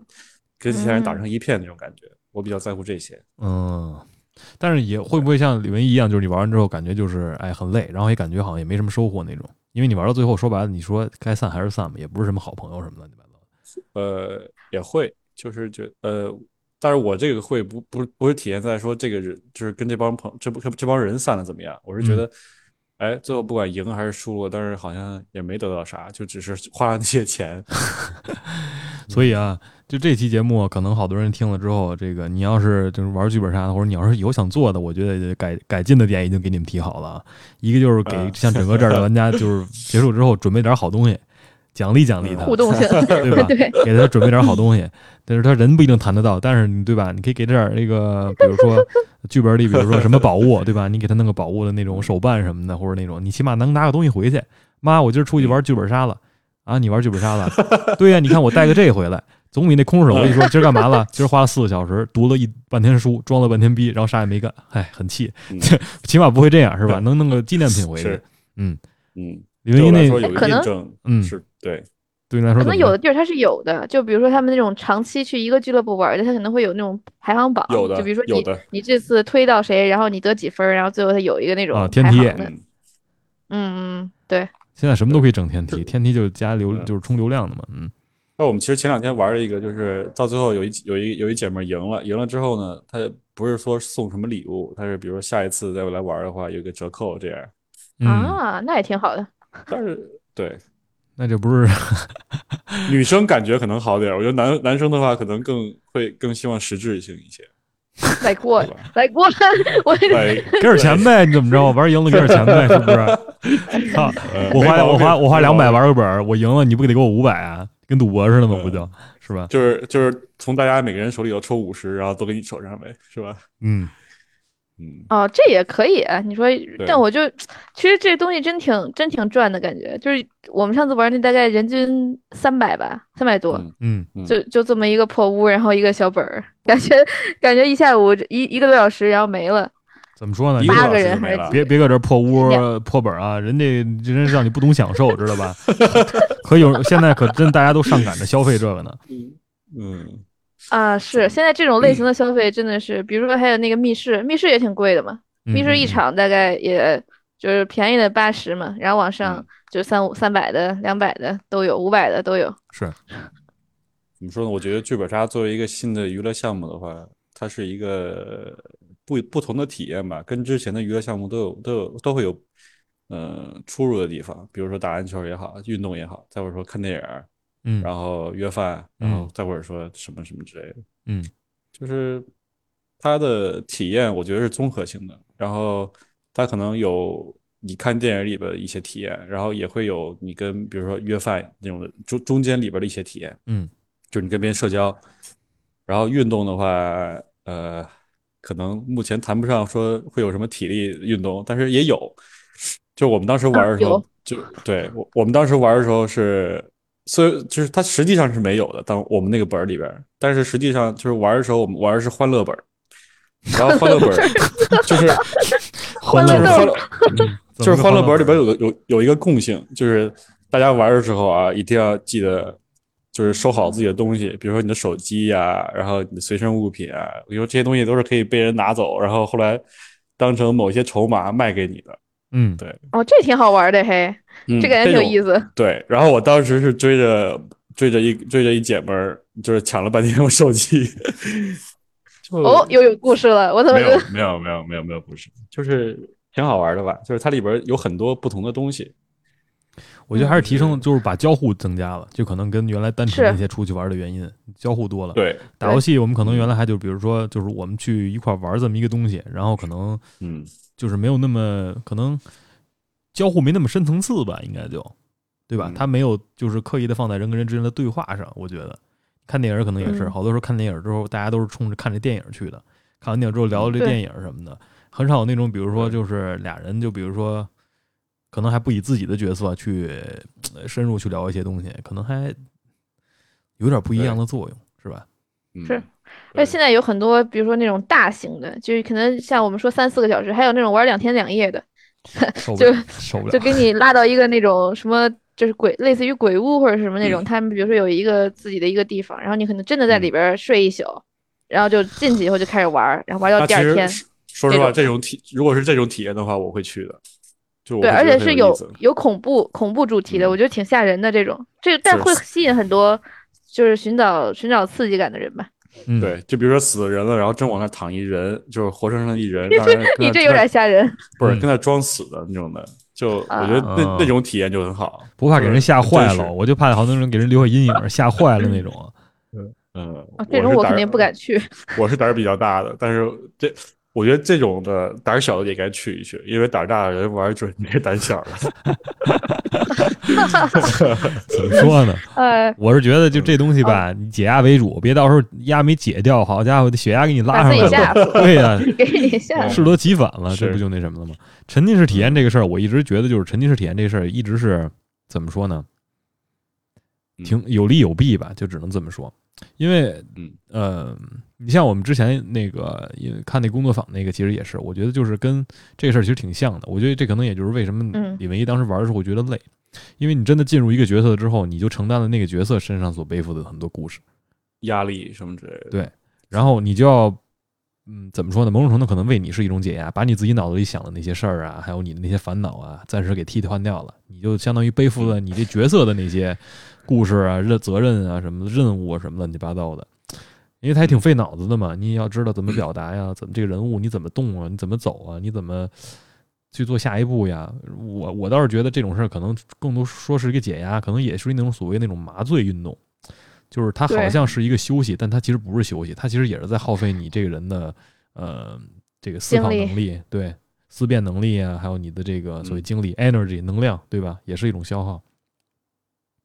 跟其他人打
嗯
成一片那种感觉，我比较在乎这些。
嗯。但是也会不会像李文一一样，就是你玩完之后感觉就是哎很累，然后也感觉好像也没什么收获那种，因为你玩到最后说白了，你说该散还是散吧，也不是什么好朋友什么的，对吧？
呃，也会，就是觉呃，但是我这个会不不是不是体现在说这个人就是跟这帮朋这不这帮人散的怎么样，我是觉
嗯
得，哎，最后不管赢还是输了，但是好像也没得到啥，就只是花了那些钱。
所以啊，就这期节目，可能好多人听了之后，这个你要是就是玩剧本杀的，或者你要是有想做的，我觉得改改进的点已经给你们提好了啊。一个就是给
啊
像整个这儿的玩家，就是结束之后准备点好东西，奖励奖励他，
互动 性
对吧？
对
给他准备点好东西，但是他人不一定谈得到，但是你对吧？你可以给他点那个，比如说剧本里，比如说什么宝物，对吧？你给他弄个宝物的那种手办什么的，或者那种你起码能拿个东西回去。妈，我今儿出去玩剧本杀了啊！你玩剧本杀了？对呀、你看我带个这回来，总比那空手我跟你说，今儿干嘛了？今儿花了四个小时，读了一半天书，装了半天逼，然后啥也没干，唉，很气。
嗯
起码不会这样是吧？能弄个纪念品回去
是。
嗯，
嗯，
李
对
文一
我
那
来说有一
可
个印
能
证，
嗯
是对，
对你来说
可
怎
能
么
有
样
的地儿它是有的，就比如说他们那种长期去一个俱乐部玩儿的，他可能会有那种排行榜，
有的
就比如说
有
你
的
你这次推到谁，然后你得几分儿，然后最后他有一个那种
啊天
排
梯
行的，
嗯，
嗯嗯，对，
现在什么都可以整天梯，
是
天梯就是加流
嗯
就是充流量的嘛。嗯
那我们其实前两天玩了一个，就是到最后有一有一有一姐们儿赢了，赢了之后呢，她不是说送什么礼物，她是比如说下一次再来玩儿的话有一个折扣这样，
嗯，
啊，那也挺好的，
但是对。
那就不是
女生感觉可能好点儿，我觉得男男生的话可能更会更希望实质性一些。
来过
对吧
来过， 我
哎，
给点钱呗，你怎么着？玩赢了给点钱呗，是不是？操！
呃
我
没
花
毛
我花
病
我花
没
两
毛
百
病
玩个本儿，我赢了你不得给我五百啊？跟赌博似的吗？
嗯
不就是吧？
就是就是从大家每个人手里头抽五十，然后都给你手上呗，是吧？
嗯，
嗯，
哦，这也可以啊，你说，但我就其实这东西真挺真挺赚的感觉，就是我们上次玩那大概人均三百吧，三百多，
嗯
嗯，
嗯
就就这么一个破屋，然后一个小本儿，感觉感觉一下午这一一个多小时，然后没了，
怎么说呢？
一
你
八
小
个
时
人
就没
还是
了
别别搁这儿破屋
两
儿破本儿啊！人家真是让你不懂享受，知道吧？ 可有现在可真大家都上赶着消费这个呢。
嗯，
啊，是现在这种类型的消费真的是，比如说还有那个密室，密室也挺贵的嘛，
嗯
密室一，场大概也就是便宜的八十嘛，然后往上
嗯
就是三五三百的、两百的都有，五百的都有。
怎么说呢？我觉得剧本杀作为一个新的娱乐项目的话，它是一个不不同的体验吧，跟之前的娱乐项目都有都有都会有呃出入的地方，比如说打篮球也好，运动也好，再或者说看电影儿，
嗯嗯，
然后约饭，然后再或者说什么什么之类的，
嗯，
就是它的体验，我觉得是综合性的，然后它可能有你看电影里边的一些体验，然后也会有你跟比如说约饭那种的中中间里边的一些体验，
嗯，
就是你跟别人社交，然后运动的话，呃，可能目前谈不上说会有什么体力运动，但是也有。就我们当时玩的时候
啊有，
就对我我们当时玩的时候是，虽就是它实际上是没有的，当我们那个本儿里边儿，但是实际上就是玩的时候，我们玩的是欢乐本儿，然后欢乐 本儿就是
欢嗯
就是
乐
欢
豆
乐
儿
怎
就
么个
是欢乐本
本
里边有个有有一个共性，就是大家玩的时候啊，一定要记得就是收好自己的东西，比如说你的手机呀、然后你的随身物品啊，比如说这些东西都是可以被人拿走，然后后来当成某些筹码卖给你的。
嗯
哦，这挺好玩的嘿，
嗯
这感觉挺有
种
意思。
对，然后我当时是追着追着一追着一姐们儿，就是抢了半天我手机。 就
哦，又有故事了，我怎么
没
觉
有
得
没有没有没有没有，不是，就是挺好玩的吧？就是它里边有很多不同的东西。
我觉得还是提升，就是把交互增加了，就可能跟原来单纯
是
那些出去玩的原因交互多了。
对，
打游戏我们可
嗯
能原来还就比如说就是我们去一块儿玩这么一个东西，然后可能
嗯，
就是没有那么可能交互没那么深层次吧，应该就对吧？
嗯
他没有就是刻意的放在人跟人之间的对话上，我觉得看电影可能也是，
嗯
好多时候看电影之后，大家都是冲着看这电影去的，看完电影之后聊这
对
电影什么的，很少有那种比如说
对
就是俩人就比如说。可能还不以自己的角色去呃深入去聊一些东西，可能还有点不一样的作用，是吧？
嗯
是
对
那哎现在有很多，比如说那种大型的，就是可能像我们说三四个小时，还有那种玩两天两夜的，
受不了， 受不了
就。给你拉到一个那种什么，就是鬼，类似于鬼屋或者什么那
嗯
种。他们比如说有一个自己的一个地方，然后你可能真的在里边睡一宿，然后就进去以后就开始玩儿，然后玩到
那
第
啊其
二
实
天。
说说实话，这种体如果是这种体验的话，我会去的。就我
对，
会
而
觉得
且
很
是
有
有
意思
有恐怖恐怖主题的，
嗯
我觉得挺吓人的这种。这但
是
会吸引很多就是寻找寻找刺激感的人吧。
嗯，
对，就比如说死人了，然后真往那躺一人，就是活生生的一 人，让人跟
你
那
这有
跟那
点吓人，
不是
嗯
跟那装死的那种的，就我觉得那、
啊
那种体验就很好。
不怕给人吓坏
真
了，
是
我就怕好多人给人留下阴影，吓坏了那种。啊
嗯，
啊这种
我
我
是
肯
胆儿
定不敢去。
我是胆儿比较大的，但是这我觉得这种的胆儿小的也该去一去，因为胆儿大的人玩儿准你这胆小的。
怎么说呢？
呃，
我是觉得就这东西吧，
嗯
你解压为主，别到时候压没解掉，好家伙，这血压给你拉
把
上
自己
来
吓
了。
死 了，
对呀、
给你吓死。
适得其反了，
哦是嗯
这不就那什么了吗？沉浸式体验这个事儿，我一直觉得就是沉浸式体验这事儿，一直是怎么说呢？
嗯
挺有利有弊吧，就只能这么说。因为
嗯，
呃，你像我们之前那个也看那工作坊那个，其实也是，我觉得就是跟这个事儿其实挺像的。我觉得这可能也就是为什么
嗯
李文一当时玩的时候会觉得累，因为你真的进入一个角色之后，你就承担了那个角色身上所背负的很多故事。
压力什么之类的。
对然后你就要，嗯，怎么说呢？某种程度可能为你是一种解压，把你自己脑子里想的那些事儿啊，还有你的那些烦恼啊，暂时给替换掉了，你就相当于背负了你这角色的那些故事啊、任责任啊、什么任务啊、什么乱七八糟的。因为他也挺费脑子的嘛，你也要知道怎么表达呀，怎么这个人物你怎么动啊，你怎么走啊，你怎么去做下一步呀？我我倒是觉得这种事儿可能更多说是一个解压，可能也属于那种所谓那种麻醉运动，就是它好
对
像是一个休息，但它其实不是休息，它其实也是在耗费你这个人的呃这个思考
精力
能力，对思辨能力啊，还有你的这个所谓
嗯
精力、energy 能量，对吧？也是一种消耗。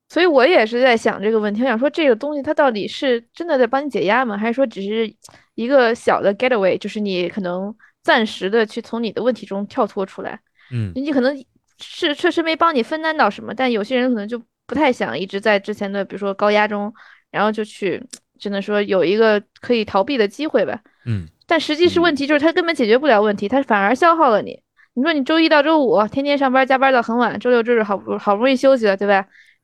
所以我也是在想这个问题，我想说这个东西它到底是真的在帮你解压吗？还是说只是一个小的 getaway，就是你可能暂时的去从你的问题中跳脱出来？
嗯
你可能是确实没帮你分担到什么，但有些人可能就不太想一直在之前的比如说高压中，然后就去只能说有一个可以逃避的机会吧。
嗯，
但实际是问题就是它根本解决不了问题，它反而消耗了你。你说你周一到周五天天上班加班到很晚，周六周日好不好不容易休息了，对吧？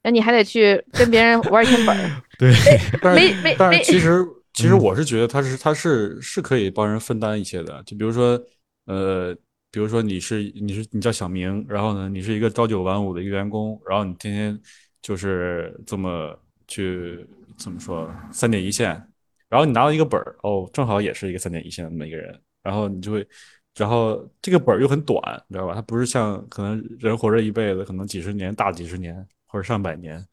然后你还得去跟别人玩一天本儿，
对，
但
没
是
没
但
没
是 其实其实
嗯
我是觉得它是它是是可以帮人分担一些的，就比如说呃，比如说你是你是你叫小明，然后呢你是一个朝九晚五的一个员工，然后你天天就是这么去怎么说三点一线，然后你拿到一个本儿，哦，正好也是一个三点一线的那么一个人，然后你就会。然后这个本儿又很短，你知道吧？它不是像可能人活着一辈子，可能几十年、大几十年或者上百年，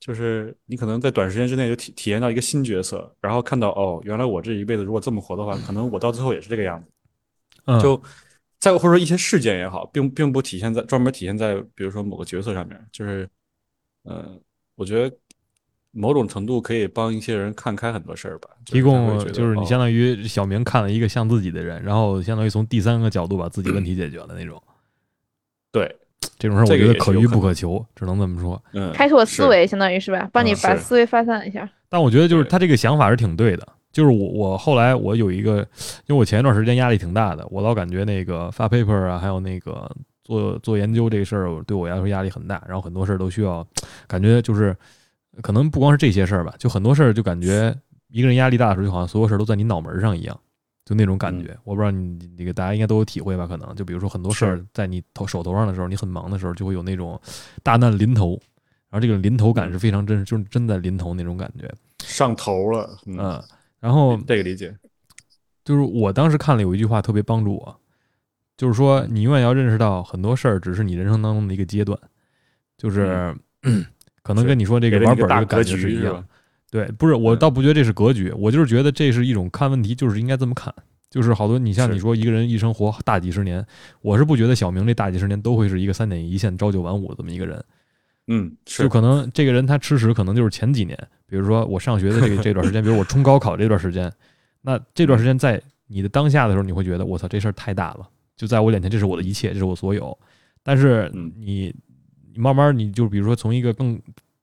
就是你可能在短时间之内就体体验到一个新角色，然后看到哦，原来我这一辈子如果这么活的话，可能我到最后也是这个样子。
嗯
就再或者说一些事件也好，并并不体现在专门体现在比如说某个角色上面，就是呃，我觉得某种程度可以帮一些人看开很多事儿吧。就是
提
他
供
会觉得
就是你
哦
相当于小明看了一个像自己的人，然后相当于从第三个角度把自己问题解决了那种。
对，
这种事儿我
这个
觉得
也是
可
有
遇
可
不
能
可求，只能这么说。
嗯，
开拓思
是，
维，相当于是吧？
啊
帮你
嗯
把
是
思维发散一下。
但我觉得就是
对
他这个想法是挺对的。就是我我后来我有一个，因为我前一段时间压力挺大的，我老感觉那个发 paper 啊，还有那个做做研究这个事儿，我对我来说压力很大。然后很多事儿都需要，感觉就是可能不光是这些事儿吧，就很多事儿就感觉一个人压力大的时候，就好像所有事儿都在你脑门儿上一样，就那种感觉。我不知道你那个大家应该都有体会吧？可能就比如说很多事儿在你头手头上的时候，你很忙的时候，就会有那种大难临头，然后这个临头感是非常真实，就是真在临头那种感觉。
上头了，嗯，
嗯，然后
这个理解，
就是我当时看了有一句话特别帮助我，就是说你永远要认识到很多事儿只是你人生当中的一个阶段，就是、 可能
嗯是
跟你说这
给
个
了
玩
你个
本儿
大
的
格
感觉是
局
一
是
样
吧。？
对，不是我
嗯
倒不觉得这是格局，我就是觉得这是一种看问题，就是应该这么看。就是好多你像
是
你说一个人一生活大几十年，我是不觉得小明这大几十年都会是一个三点一线朝九晚五的这么一个人，
嗯，是
就可能这个人他吃屎可能就是前几年，比如说我上学的 这个这段时间，比如我冲高考这段时间，那这
嗯
段时间在你的当下的时候，你会觉得我操这事儿太大了，就在我眼前，这是我的一切，这是我所有。但是
嗯
你你慢慢你就比如说从一个更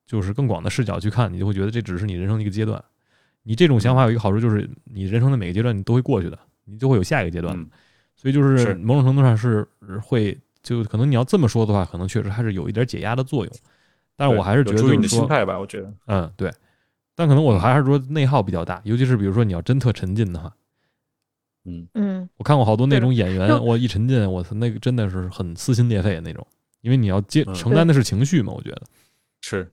就是更广的视角去看，你就会觉得这只是你人生的一个阶段。你这种想
嗯
法有一个好处就是，你人生的每个阶段你都会过去的，你就会有下一个阶段。
嗯
所以就是
是
某种程度上是会，就可能你要这么说的话，可能确实还是有一点解压的作用。但是我
对
还是
有
觉得
助于
就是
你的心
说，
态吧，我觉得，
嗯，对。但可能我还是说内耗比较大，尤其是比如说你要真特沉浸的话，
嗯，
嗯，
我看过好多那种演
就
员，我一沉浸，我操，那个真的是很撕心裂肺的那种，因为你要接
嗯
承担的是情绪嘛，我觉得。
是，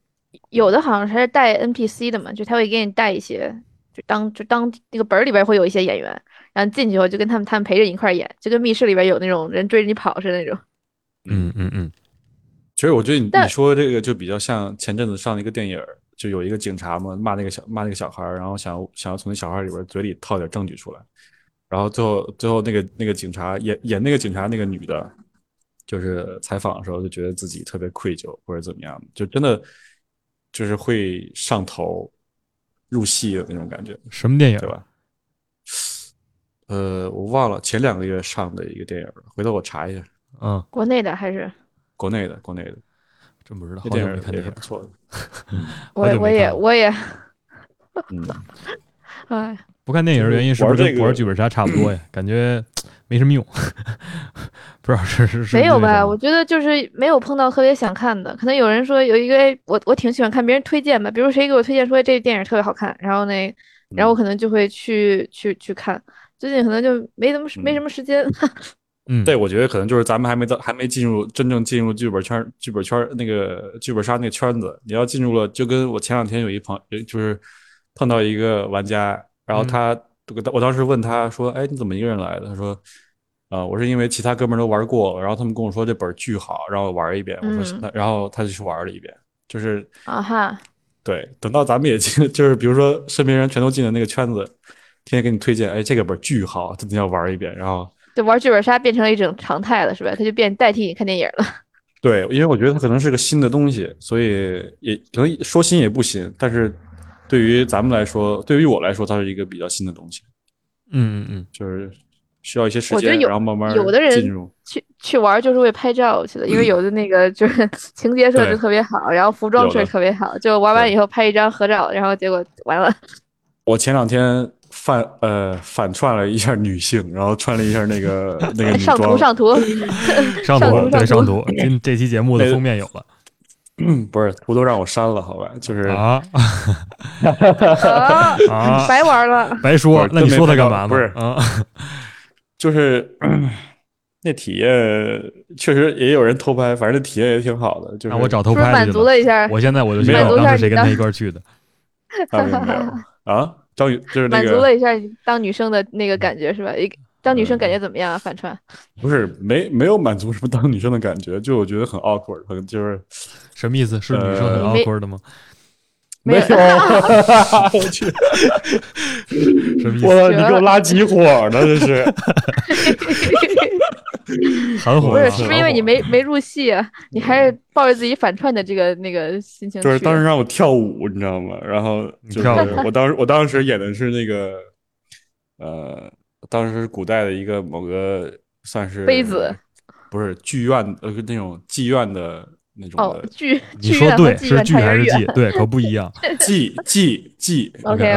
有的好像还是带 NPC 的嘛，就他会给你带一些，就当就当那个本儿里边会有一些演员，然后进去以后就跟他们他们陪着你一块儿演，就跟密室里边有那种人追着你跑似的那种。
嗯嗯嗯，
其实我觉得你你
但
说这个就比较像前阵子上了一个电影儿，就有一个警察嘛，骂那个小骂那个小孩儿，然后想要想要从那小孩儿里边儿嘴里套点证据出来，然后最后最后那个那个警察演演那个警察那个女的，就是采访的时候就觉得自己特别愧疚或者怎么样，就真的就是会上头入戏的那种感觉，
什么电影
对？吧？呃，我忘了前两个月上的一个电影儿，回头我查一下，
嗯，
国内的还是
国内的国内的，
真不知道，
那
好
电
久
影
没
儿
看
也
电
是
影
不。错的，
我
好久
我
没
也
看了
我也
嗯。
哎，
不看电影的原因是不是
就是
跟
玩这
不
个
玩剧本杀差不多 呀？感觉没什么用，不知道是是是
没有
因为什
吧？
么
我觉得就是没有碰到特别想看的，可能有人说有一个，哎我我挺喜欢看别人推荐吧，比如谁给我推荐说哎这电影特别好看，然后那，然
嗯
后我可能就会去去去看。最近可能就没怎么没什么时间，
嗯，
对，我觉得可能就是咱们还没到，还没进入真正进入剧本圈儿、剧本圈儿那个剧本杀那个圈子。你要进入了，就跟我前两天有一朋友，就是碰到一个玩家，然后
嗯
他，我当时问他说：“哎，你怎么一个人来的？”他说：“啊、我是因为其他哥们儿都玩过，然后他们跟我说这本儿巨好，让我玩一遍。”我说
嗯
行：“那然后他就去玩了一遍，就是
啊哈，
对，等到咱们也进， 就是比如说身边人全都进了那个圈子，天天给你推荐，哎，这个本儿巨好，真的要玩一遍，然后。”
就玩剧本杀变成了一种常态了，是吧？它就变代替你看电影了。
对，因为我觉得它可能是个新的东西，所以也可能说新也不新，但是对于咱们来说，对于我来说，它是一个比较新的东西，
嗯嗯嗯。
就是需要一些时
我觉得
间，
有
然后慢慢
有的人
进入。
去去玩就是为拍照去的，因为有的那个就是 情节设置
对
特别好，然后服装
有
设
的
置特别好，就玩完
对
以后拍一张合照，然后结果完了。
我前两天反呃反串了一下女性，然后穿了一下那个 那个女
上图
装，
上图
上
上
图对
上
上 图，今这期节目的封面有了
不是图都让我删了，好吧？就是
啊
啊
啊！
白玩了。
白
不
说
是，
那你
真没
说他
拍
干
到
嘛呢？
不是
啊，
就是嗯那体验确实也有人偷拍，反正那体验也挺好的。就是
让啊我找
是
偷
不是
拍
满
去
足
了。
了一下？
我现在我就
没
知道
有
我当时谁
没有
跟他一块儿去的。
啊，没有 没有啊，张宇就是那
满足
个
了一下你当女生的那个感觉是吧？一
嗯
个当女生感觉怎么样啊？反串
不是没没有满足什么当女生的感觉，就我觉得很 awkward，很 就是
什么意思？是女生很
呃
awkward 的吗？
没有
有，哎我去，
什么意
我
思？
操，你给我拉急火 呢，这是。
含糊
不
我
是，
也
吗？
是不是因为你没没入戏啊？你还是抱着自己反串的这个那个心情去
就
的？
是当时让我跳舞，你知道吗？然后就
你
是
跳舞
我当时我当时演的是那个，呃，当时是古代的一个某个算是
妃子，
不是剧院呃那种妓院的那种
哦，
的
剧
你
剧
说
院和
对，
妓
是
院
剧
差有
还
点
是
远。
剧？对，可不一样。
妓妓妓。
OK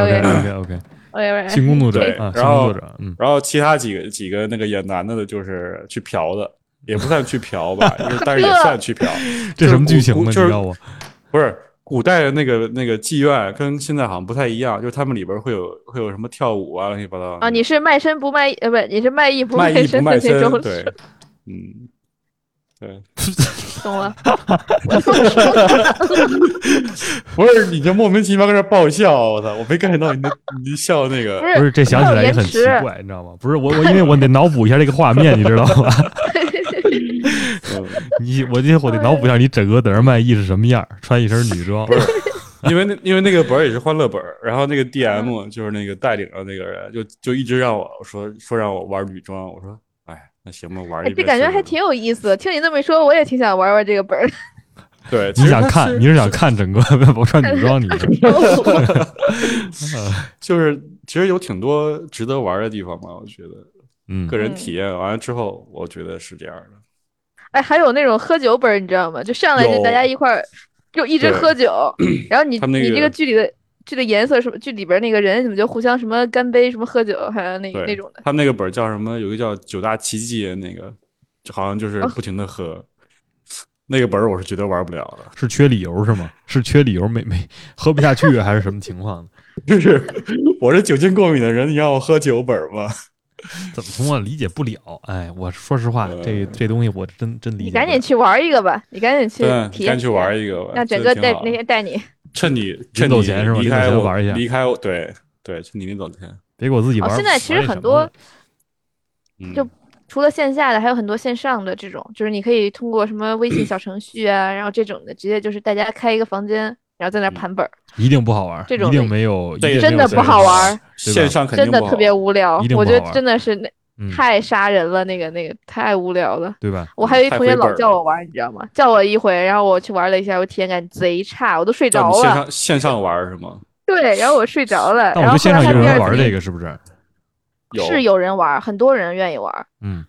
OK
OK，OK
OK，
OK，
性工作者
对
啊，性
然
工
后
作者，嗯，
然后其他几个几个那个演男的的，就是去嫖的，也不算去嫖 吧，因为但是也算去嫖。
这什么剧情呢？
就
你
是古
知道我
不是古代的那个那个妓院跟现在好像不太一样，就是他们里边会有会有什么跳舞啊乱七八糟的
啊，你是卖身不卖呃不，你是卖艺不
卖艺不
身的
卖
那
身
种，，
对，嗯，对，
懂了？
不是你这莫名其妙跟这爆笑，我操，我没 get 到你的你的笑那
不
个，
不是这想起来也很
延
奇
迟
怪，你知道吗？不是我我因为我得脑补一下这个画面，你知道吗？
嗯
你我得我得脑补一下你整个在那儿卖艺是什么样儿，穿一身女装，
不是， 因为那因为那个本儿也是欢乐本儿，然后那个
嗯
DM 就是那个带领的那个人，就就一直让我说说让我玩女装，我说哎，那行吧，玩
哎
一遍试试吧。
这感觉还挺有意思的。听你这么一说，我也挺想玩玩这个本儿。
对，其
你
实
想
它
看你是想看 整个我穿女装，你是
就是其实有挺多值得玩的地方吧，我觉得
嗯
个人
嗯
体验完了之后，我觉得是这样的。
哎，还有那种喝酒本儿，你知道吗？就上来就
有
大家一块儿就一直
对
喝酒， 然后你
他们那
你这
个
个剧里的剧的颜色什么，剧里边那个人怎么就互相什么干杯什么喝酒，还有那
对，
那种的。
他们那个本儿叫什么？有一个叫九大奇迹，的那个就好像就是
哦
不停的喝。那个本儿我是绝对玩不了的，
是缺理由是吗？是缺理由没没喝不下去啊还是什么情 况呢？
就是我是酒精过敏的人，你让我喝酒本儿吗？
怎么从我理解不了？哎，我说实话，
呃
这这东西我真真理解
你
不了。
赶紧去玩一个吧，你赶紧 去
对，
体验
干去玩一个吧。
让整个
真的挺
带
好
那天带你，
趁你趁
走
你
前是吧
离
临走
开
前
我
玩一下
离开我，对对，趁你临走前。
别给我自己玩。
哦现在其实
玩那
很
什么
多
了
嗯，
就除了线下的，还有很多线上的这种，就是你可以通过什么微
嗯
信小程序啊，然后这种的，直接就是大家开一个房间，然后在那儿
嗯
盘本儿，
一定不好玩，
这种
一定没有，
这
一定没
也
真
有
的
这
不
个
好玩，
吧
线上肯定
真的
不好
特别无聊
一定。不
我
好
觉得
玩
真的是那
嗯，
太杀人了，那个那个太无聊了。
对吧？
我还有一
嗯太
同学
回本
老
儿
叫
了
我玩儿，你知道吗？叫我一回，然后我去玩了一下，我体验感贼差，我都睡
叫
着
你线
了。
上线上玩儿是吗？
对，然后我睡着了。
但
然
我觉得
后
线
后
上
来
有
他第
人
二
玩
天
这个是不是？
有
是有人玩儿，很多人愿意玩儿。
嗯，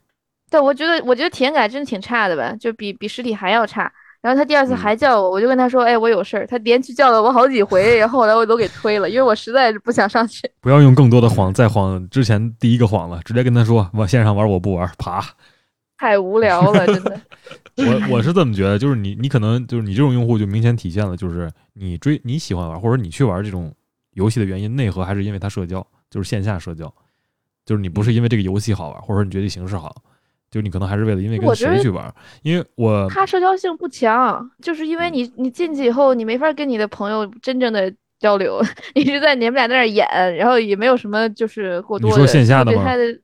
但我觉得，我觉得体验感真的挺差的吧，就比比实体还要差。然后他第二次
嗯
还叫我，我就跟他说：“哎，我有事儿。”他连续叫了我好几回，然后后来我都给推了，因为我实在是不想上去。
不要用更多的谎，再谎之前第一个谎了，直接跟他说往线上玩我不玩，爬。
太无聊了，真的。嗯
我我是这么觉得，就是你你可能就是你这种用户就明显体现了，就是你追你喜欢玩或者你去玩这种游戏的原因，内核还是因为它社交，就是线下社交，就是你不是因为这个游戏好玩，或者说你觉得形式好，就是你可能还是为了因为跟
我觉得
谁去玩，因为我
它社交性不强，就是因为
嗯
你你进去以后，你没法跟你的朋友真正的交流， 你是在你们俩在那儿演，然后也没有什么就是过
你
多的
说线下的
对
吗
他的。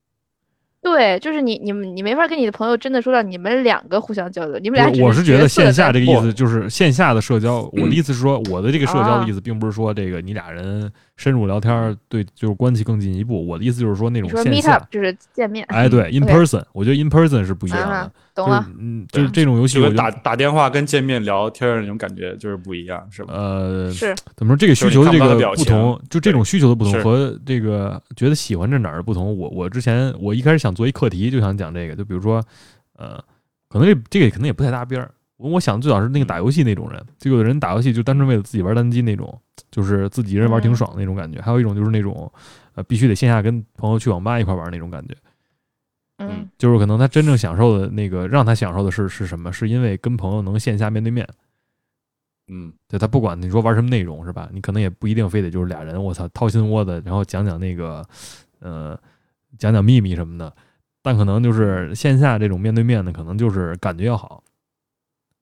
对，就是你你们你没法跟你的朋友真的说让你们两个互相交流，你们俩
不
只
是，我是觉得
角色
线
在
下这个意思
不
就是线下的社交。我的意思是说，我的这个社交的
啊
意思，并不是说这个你俩人深入聊天儿，对，就是关系更进一步。我的意思就是说那
你
种
说
线
meet up
下，
就是见面，
哎，对，in
OK
person，我觉得 in person 是不一样的
啊。
就
懂
是
了。
嗯，就是这种游戏，
就
我就
跟打打电话跟见面聊天儿那种感觉就是不一样，是吧？
呃，
是
怎么说这个需求的这
就是你看不到的
个
表
不
情
同，就这种需求的不同
是
和这个觉得喜欢这哪儿的不同，我我之前我一开始想做一课题，就想讲这个，就比如说，呃，可能这这个可能也不太搭边儿，我我想最早是
嗯
那个打游戏那种人，就有的人打游戏就单纯为了自己玩单机那种，就是自己一个人玩
嗯
挺爽的那种感觉。还有一种就是那种，呃，必须得线下跟朋友去网吧一块玩那种感觉。
嗯
就是可能他真正享受的那个，让他享受的是是什么？是因为跟朋友能线下面对面。
嗯，
对他不管你说玩什么内容是吧？你可能也不一定非得就是俩人，我操，掏心窝子，然后讲讲那个，呃，讲讲秘密什么的。但可能就是线下这种面对面的，可能就是感觉要好。嗯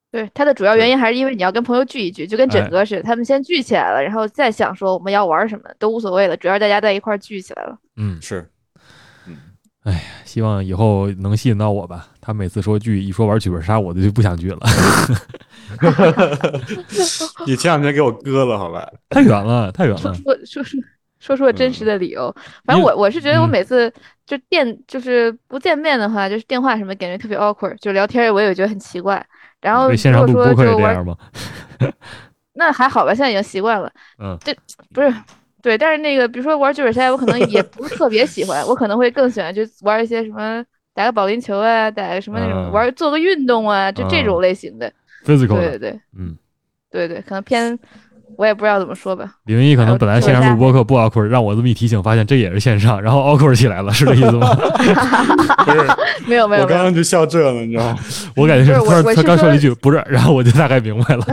对，它的主要原
对
因还是因为你要跟朋友聚一聚，就跟
哎
整个似的，他们先聚起来了，然后再想说我们要玩什么都无所谓了，主要是大家在一块儿聚起来了。
嗯，
是，
希望以后能吸引到我吧。他每次说剧，一说玩剧本杀，我就不想剧了，
你前两天给我割了，好吧？
太远了，太远
说
了。
说说说说出了真实的理由，反
嗯
正
因为
我我是觉得我
嗯
每次就电就是不见面的话，就是电话什么感觉特别 awkward，就聊天我也觉得很奇怪。然后
所以线
如
上
果
录播客
说
也
就
这
玩，
样吗？
那还好吧，现在已经习惯了。
嗯，
不是，对，但是那个，比如说玩剧本杀，我可能也不是特别喜欢，我可能会更喜欢就玩一些什么打个保龄球啊，打个什么那种、
嗯
玩做个运动啊，就这种类型的。
，physical
对对
的，
对
嗯。
对对，可能偏，我也不知道怎么说吧。
李文一可能本来线上
哎
录
我
播客不 awkward，让我这么一提醒，发现这也是线上，然后 awkward 起来了，是这意思 吗？
不是，
没有没
我
有没
刚
有，
刚就笑这了，你知道吗？
我感觉
不是
他
我我
他
是
刚说
说
了一句不是，然后我就大概明 白了。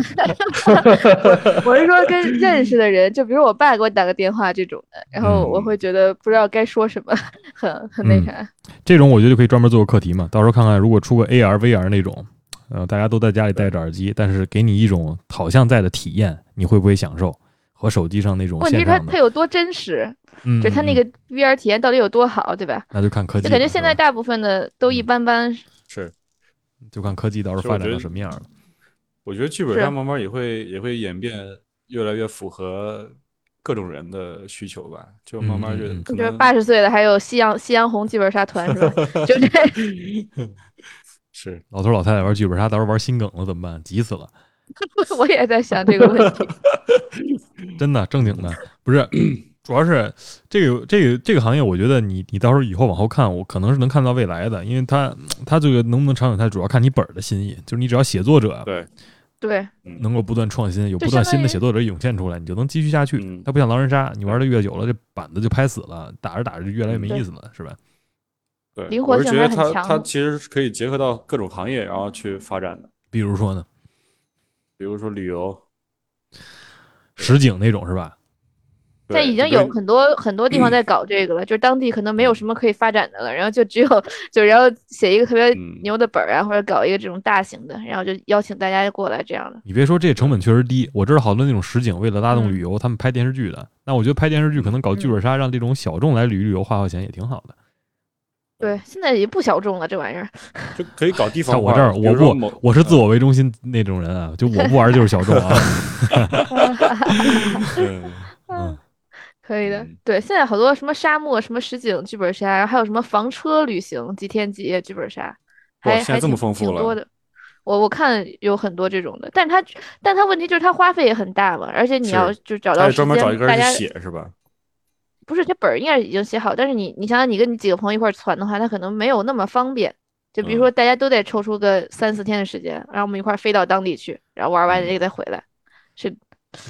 我是说跟认识的人，就比如我爸给我打个电话这种的，然后我会觉得不知道该说什么，很很那
嗯
啥。
这种我觉得就可以专门做个课题嘛，到时候看看如果出个 AR、VR 那种，呃，大家都在家里戴着耳机，但是给你一种好像在的体验，你会不会享受？和手机上那种
问题
线
是它
上
它
的，
有多真实，
嗯，
就它
嗯
那个 VR 体验到底有多好，对吧？
那就看科技了，
就感觉现在
是吧
大部分的都一
嗯
般般，
是，
就看科技到时候
是
发
我
展
觉
到
得
什么样了。
我觉得剧本杀
是
慢慢也会也会演变，越来越符合各种人的需求吧。就慢慢就
嗯嗯嗯
可
就是
能
八十岁的，还有夕阳夕阳红剧本杀团是吧？ 就这，
是
老头老太太玩剧本杀，到时候玩心梗了怎么办？急死了！
我也在想这个问题。
真的正经的，不是，主要是这个这个这个行业，我觉得你你到时候以后往后看，我可能是能看到未来的，因为它它这个能不能长久，它主要看你本儿的心意，就是你只要写作者
对，
对，
能够不断创新，有
就
不断
相当
新
于
的写作者涌现出来，你就能继续下去。
嗯
它不像狼人杀，你玩的越久了，这板子就拍死了，打着打着就越来越没
嗯对
意思了，是吧？
对，
灵活
我是
性
觉
还
得
很
它
强
它其实是可以结合到各种行业，然后去发展的，
比如说呢，
比如说旅游，
实景那种是吧？
现在
对
已经
就
有
跟嗯
很多很多地方在搞这个了，就是当地可能没有什么可以发展的了，然后就只有就然后写一个特别
嗯
牛的本儿啊，或者搞一个这种大型的，然后就邀请大家过来这样的。
你别说，这成本确实低。我知道好多那种实景为了拉动
嗯
旅游，他们拍电视剧的。那我觉得拍电视剧可能搞剧本杀，让这种小众来旅旅游花花钱也挺好的。
嗯
对，现在也不小众了，这玩意儿。
就可以搞地
像
方
我
化。
这儿，
比如
我
说 某
不，我是自我为中心那种人啊，就我不玩就是小众 啊。
嗯
嗯，
可以的
嗯，
对，现在好多什么沙漠、什么实景剧本杀，然后还有什么房车旅行几天几夜剧本杀，
哇
还
现在
还
这么
挺
丰富
挺
了
多的。我我看有很多这种的，但它但它问题就是它花费也很大嘛，而且你
是
要就找
他
到
得
时
专门找一
间，
个
大
人
家
去写是吧？
不是它本儿应该是已经写好，但是你你想想你跟你几个朋友一块儿攒的话，它可能没有那么方便。就比如
嗯
说大家都得抽出个三四天的时间，然后我们一块儿飞到当地去，然后玩完
嗯
这个再回来，是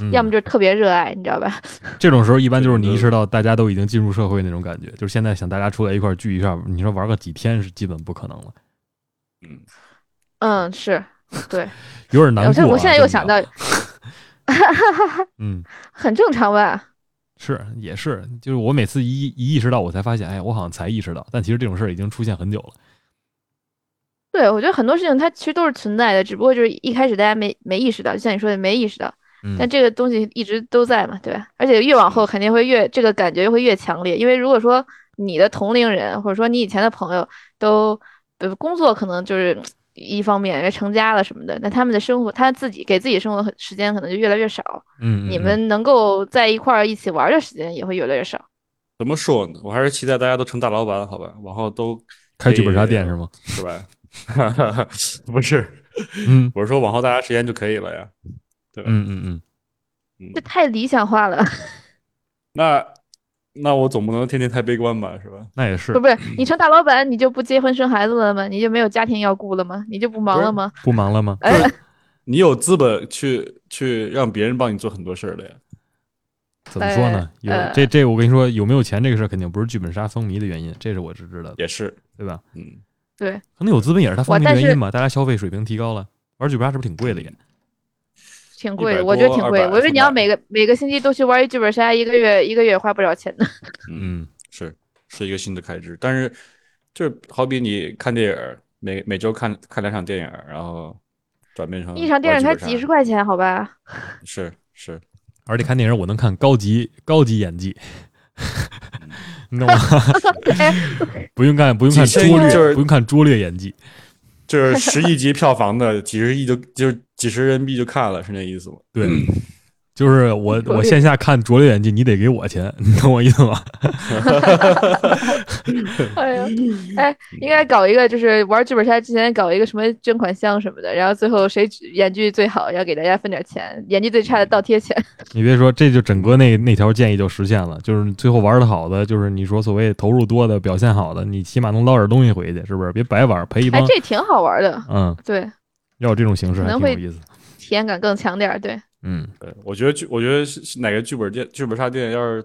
嗯
要么就是特别热爱，你知道吧？
这种时候，一般就是你
对
意识到大家都已经进入社会那种感觉，就是现在想大家出来一块儿聚一下，你说玩个几天是基本不可能了，
嗯，
嗯，是，对。
有点 难过、
我现
啊。
我现在又
真的
想到，
嗯，
很正常吧？
是也是，就是我每次一一意识到，我才发现，哎，我好像才意识到，但其实这种事儿已经出现很久了。
对，我觉得很多事情它其实都是存在的，只不过就是一开始大家没没意识到，就像你说的没意识到，
嗯，
但这个东西一直都在嘛，对吧？而且越往后肯定会越这个感觉会越强烈，因为如果说你的同龄人或者说你以前的朋友都，呃，工作可能就是一方面，人家成家了什么的，那他们的生活他自己给自己生活很时间可能就越来越少，
嗯，嗯
你
嗯
们能够在一块儿一起玩儿的时间也会越来越少。
怎么说呢？我还是期待大家都成大老板，好吧？往后都
开
可
剧本杀
以
店是吗？
是吧？ 不是，
嗯
我是说往后大家时间就可以了呀。
嗯嗯嗯，
嗯
这，太理想化了，
那那我总不能天天太悲观吧，是吧？
那也是
不是不是，你成大老板你就不结婚生孩子了吗？你就没有家庭要顾了吗？你就不忙
不是
了吗？
不忙了吗？
哎，
你有资本去去让别人帮你做很多事儿的呀。
怎么说呢？有
呃
这这，我跟你说，有没有钱这个事儿肯定不是剧本杀风靡的原因，这是我是知道的，
也是，
对吧？
嗯，
对，
可能有资本也是它风
我
靡
但
的
是
原因吧，大家消费水平提高了，玩剧本杀是不是挺贵的也？
挺贵的，
100
我觉得
多
挺贵的。
200
我觉得你要
300
每个每个星期都去玩一剧本杀，一个月一个月花不少钱的。
嗯，
是是一个新的开支，但是就是好比你看电影儿，每每周看看两场电影儿，然后转变成
一场电
玩
影
剧
才
本杀
几十，块钱，好吧？
是是，
而且看电影我能看高级高级演技， 你懂吗？
哎，
不用看不用看
几千
拙
亿
劣，
就是
不用看拙劣演技，
就是十亿级票房的几十亿就就几十人民币就看了，是那意思吗？
对。就是我，
拙劣
我线下看拙劣演技，你得给我钱，你懂我意思吗？
哎呀，哎，应该搞一个，就是玩剧本杀之前搞一个什么捐款箱什么的，然后最后谁演技最好，要给大家分点钱，演技最差的倒贴钱。
你别说，这就整个那那条建议就实现了，就是最后玩的好的，就是你说所谓投入多的、表现好的，你起码能捞点东西回去，是不是？别白玩，赔一
哎
帮，。
这挺好玩的，
嗯，
对，
要有这种形式还
可能
挺有
会
意思。
体验感更强点儿。对，
嗯，
对，我觉得剧，我觉得是是哪个剧本店、剧本杀店要是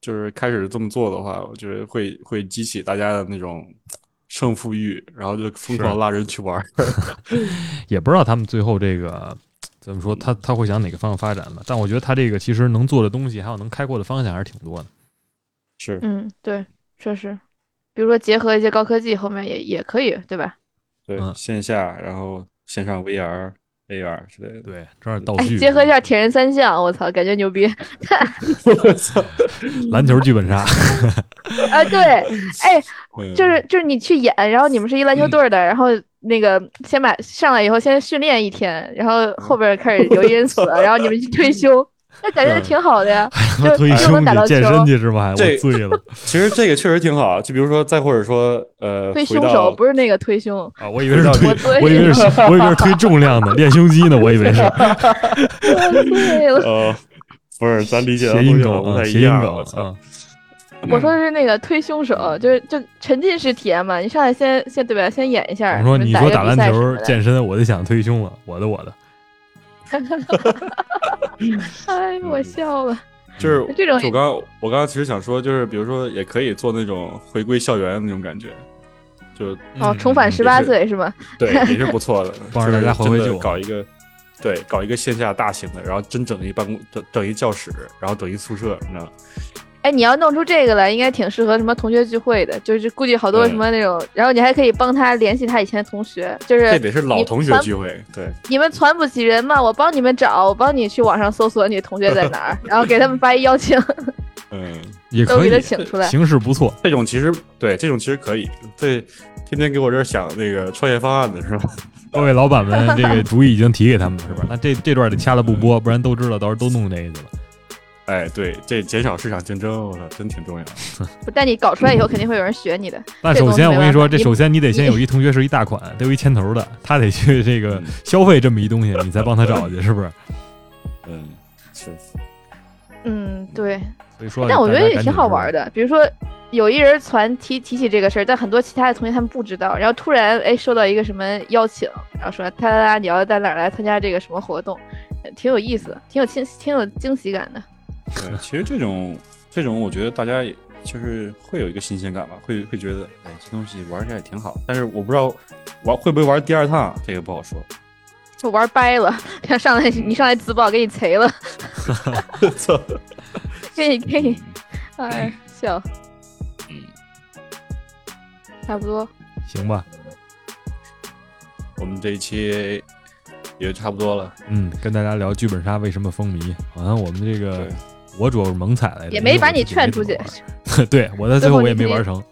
就是开始这么做的话，我觉得会会激起大家的那种胜负欲，然后就疯
是
狂拉人去玩儿。
也不知道他们最后这个怎么说，
嗯
他他会想哪个方向发展吧。但我觉得他这个其实能做的东西，还有能开阔的方向还是挺多的。
是，
嗯，对，确实，比如说结合一些高科技，后面也也可以，对吧？
对，
嗯
线下然后线上 VR、AR 之类的。
对，这儿道
哎，
具，
结合一下铁人三项，我操，感觉牛逼！
我操，
篮球剧本杀，
啊，对，哎，
嗯
就是就是你去演，然后你们是一篮球队儿的，然后那个先把上来以后先训练一天，然后后边开始有一人死，然后你们去退休， 那感觉
嗯
挺好的呀，
他
就哎
妈 推
就
胸
能打
去
到球
健。身去是吧？还我
这
醉 了
其实这个确实挺好，就比如说，再或者说，呃，
推
回
凶手
到
不是那个推凶，
啊！我以为是
我
推，
醉
我以 为是
了
我以为是推重量的练胸肌呢，我以为是。
我醉了。
呃，不是，咱 理解的
谐音
东
梗
西不
啊，
太
谐
一
音
样。
梗
我操
啊，，
我说的是那个推凶手，就是就沉浸式体验嘛，你上来先先对吧，先演一下，
我说你说
哎打
打篮球
见，
健身，我就想推胸了，我的我的，，
哎，我笑了。
就是
这种
就我刚我刚刚其实想说，就是比如说，也可以做那种回归校园的那种感觉， 就
哦，重返十八
是
岁是吗？
对，也是不错的
帮着
就是
大家回回
真的
旧
搞一个，对，搞一个线下大型的，然后真整一办公，整整一教室，然后整一宿舍，你知道吗？
哎，你要弄出这个来，应该挺适合什么同学聚会的，就是估计好多
对
什么那种，然后你还可以帮他联系他以前的同学，就
这
是
得是老
你
同学
传
聚会，对，
你们传不起人嘛，我帮你们找，我帮你去网上搜索你同学在哪儿，然后给他们发一邀请，
嗯，
也
都
可
给他
以，
请出来。
形式不错。
这种其实对，这种其实可以，对，天天给我这儿想那个创业方案的是吧？
各位老板们，这个主意已经提给他们了，是吧？那这这段得掐了不播，不然都知道，到时候都弄这个去了。
哎，对，这减少市场竞争，我操，真挺重要。
但你搞出来以后，肯定会有人学你的。
但
这
首
东西
先，
没
我跟你
办
说，
法
这
你
首先你得先有一同学是一大款，得有一牵头的，他得去这个
嗯
消费这么一东西，你才帮他找去，是不是？
嗯，是，
嗯，对。
所以说，
但我觉得也挺好玩
的。
的，比如说有一人传提提起这个事儿，但很多其他的同学他们不知道，然后突然哎收到一个什么邀请，然后说他他你要在哪儿来参加这个什么活动，呃挺有意思的，挺有惊挺有惊喜感的。
对，其实这种这种，我觉得大家也就是会有一个新鲜感吧，会会觉得，哎，这东西玩起来也挺好，但是我不知道玩会不会玩第二趟，这个不好说。
就玩掰了， 上来你上来自爆，给你贼了，
操，
给你给你，哎笑，
嗯，
差不多，
行吧，
我们这一期也差不多了，
嗯，跟大家聊剧本杀为什么风靡，好像我们这个
对，
我主要是猛踩来的，
也
因为
没
我
把
自
你
己
劝
哎没
出
怎么
去，
玩 对我到最
最
后我
后你
也没
自己
玩成。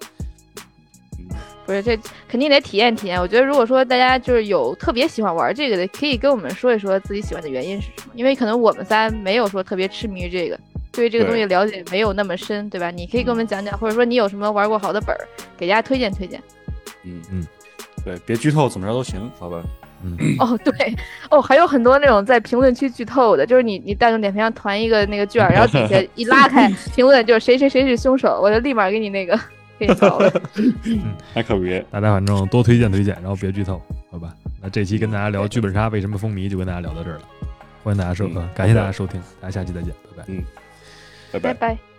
不是这肯定得体验体验。我觉得如果说大家就是有特别喜欢玩这个的，可以跟我们说一说自己喜欢的原因是什么，因为可能我们仨没有说特别痴迷于这个，对于这个
对
东西了解没有那么深，对吧？你可以跟我们讲讲，或者说你有什么玩过好的本儿，给大家推荐推荐。
嗯
嗯，
对，别剧透，怎么着都行，好吧？
嗯，
哦，对，哦，还有很多那种在评论区剧透的，就是你你大众点评上团一个那个卷儿，然后底下一拉开评论就是谁谁谁是凶手，我就立马给你那个给你搞了。
那可别，
大家反正多推荐推荐，然后别剧透，好吧？那那这期跟大家聊剧本杀为什么风靡，就跟大
嗯
家聊到这儿了。欢迎大家收，呃感谢大家收听，大家下期再见，拜拜。
拜
拜
拜。
拜。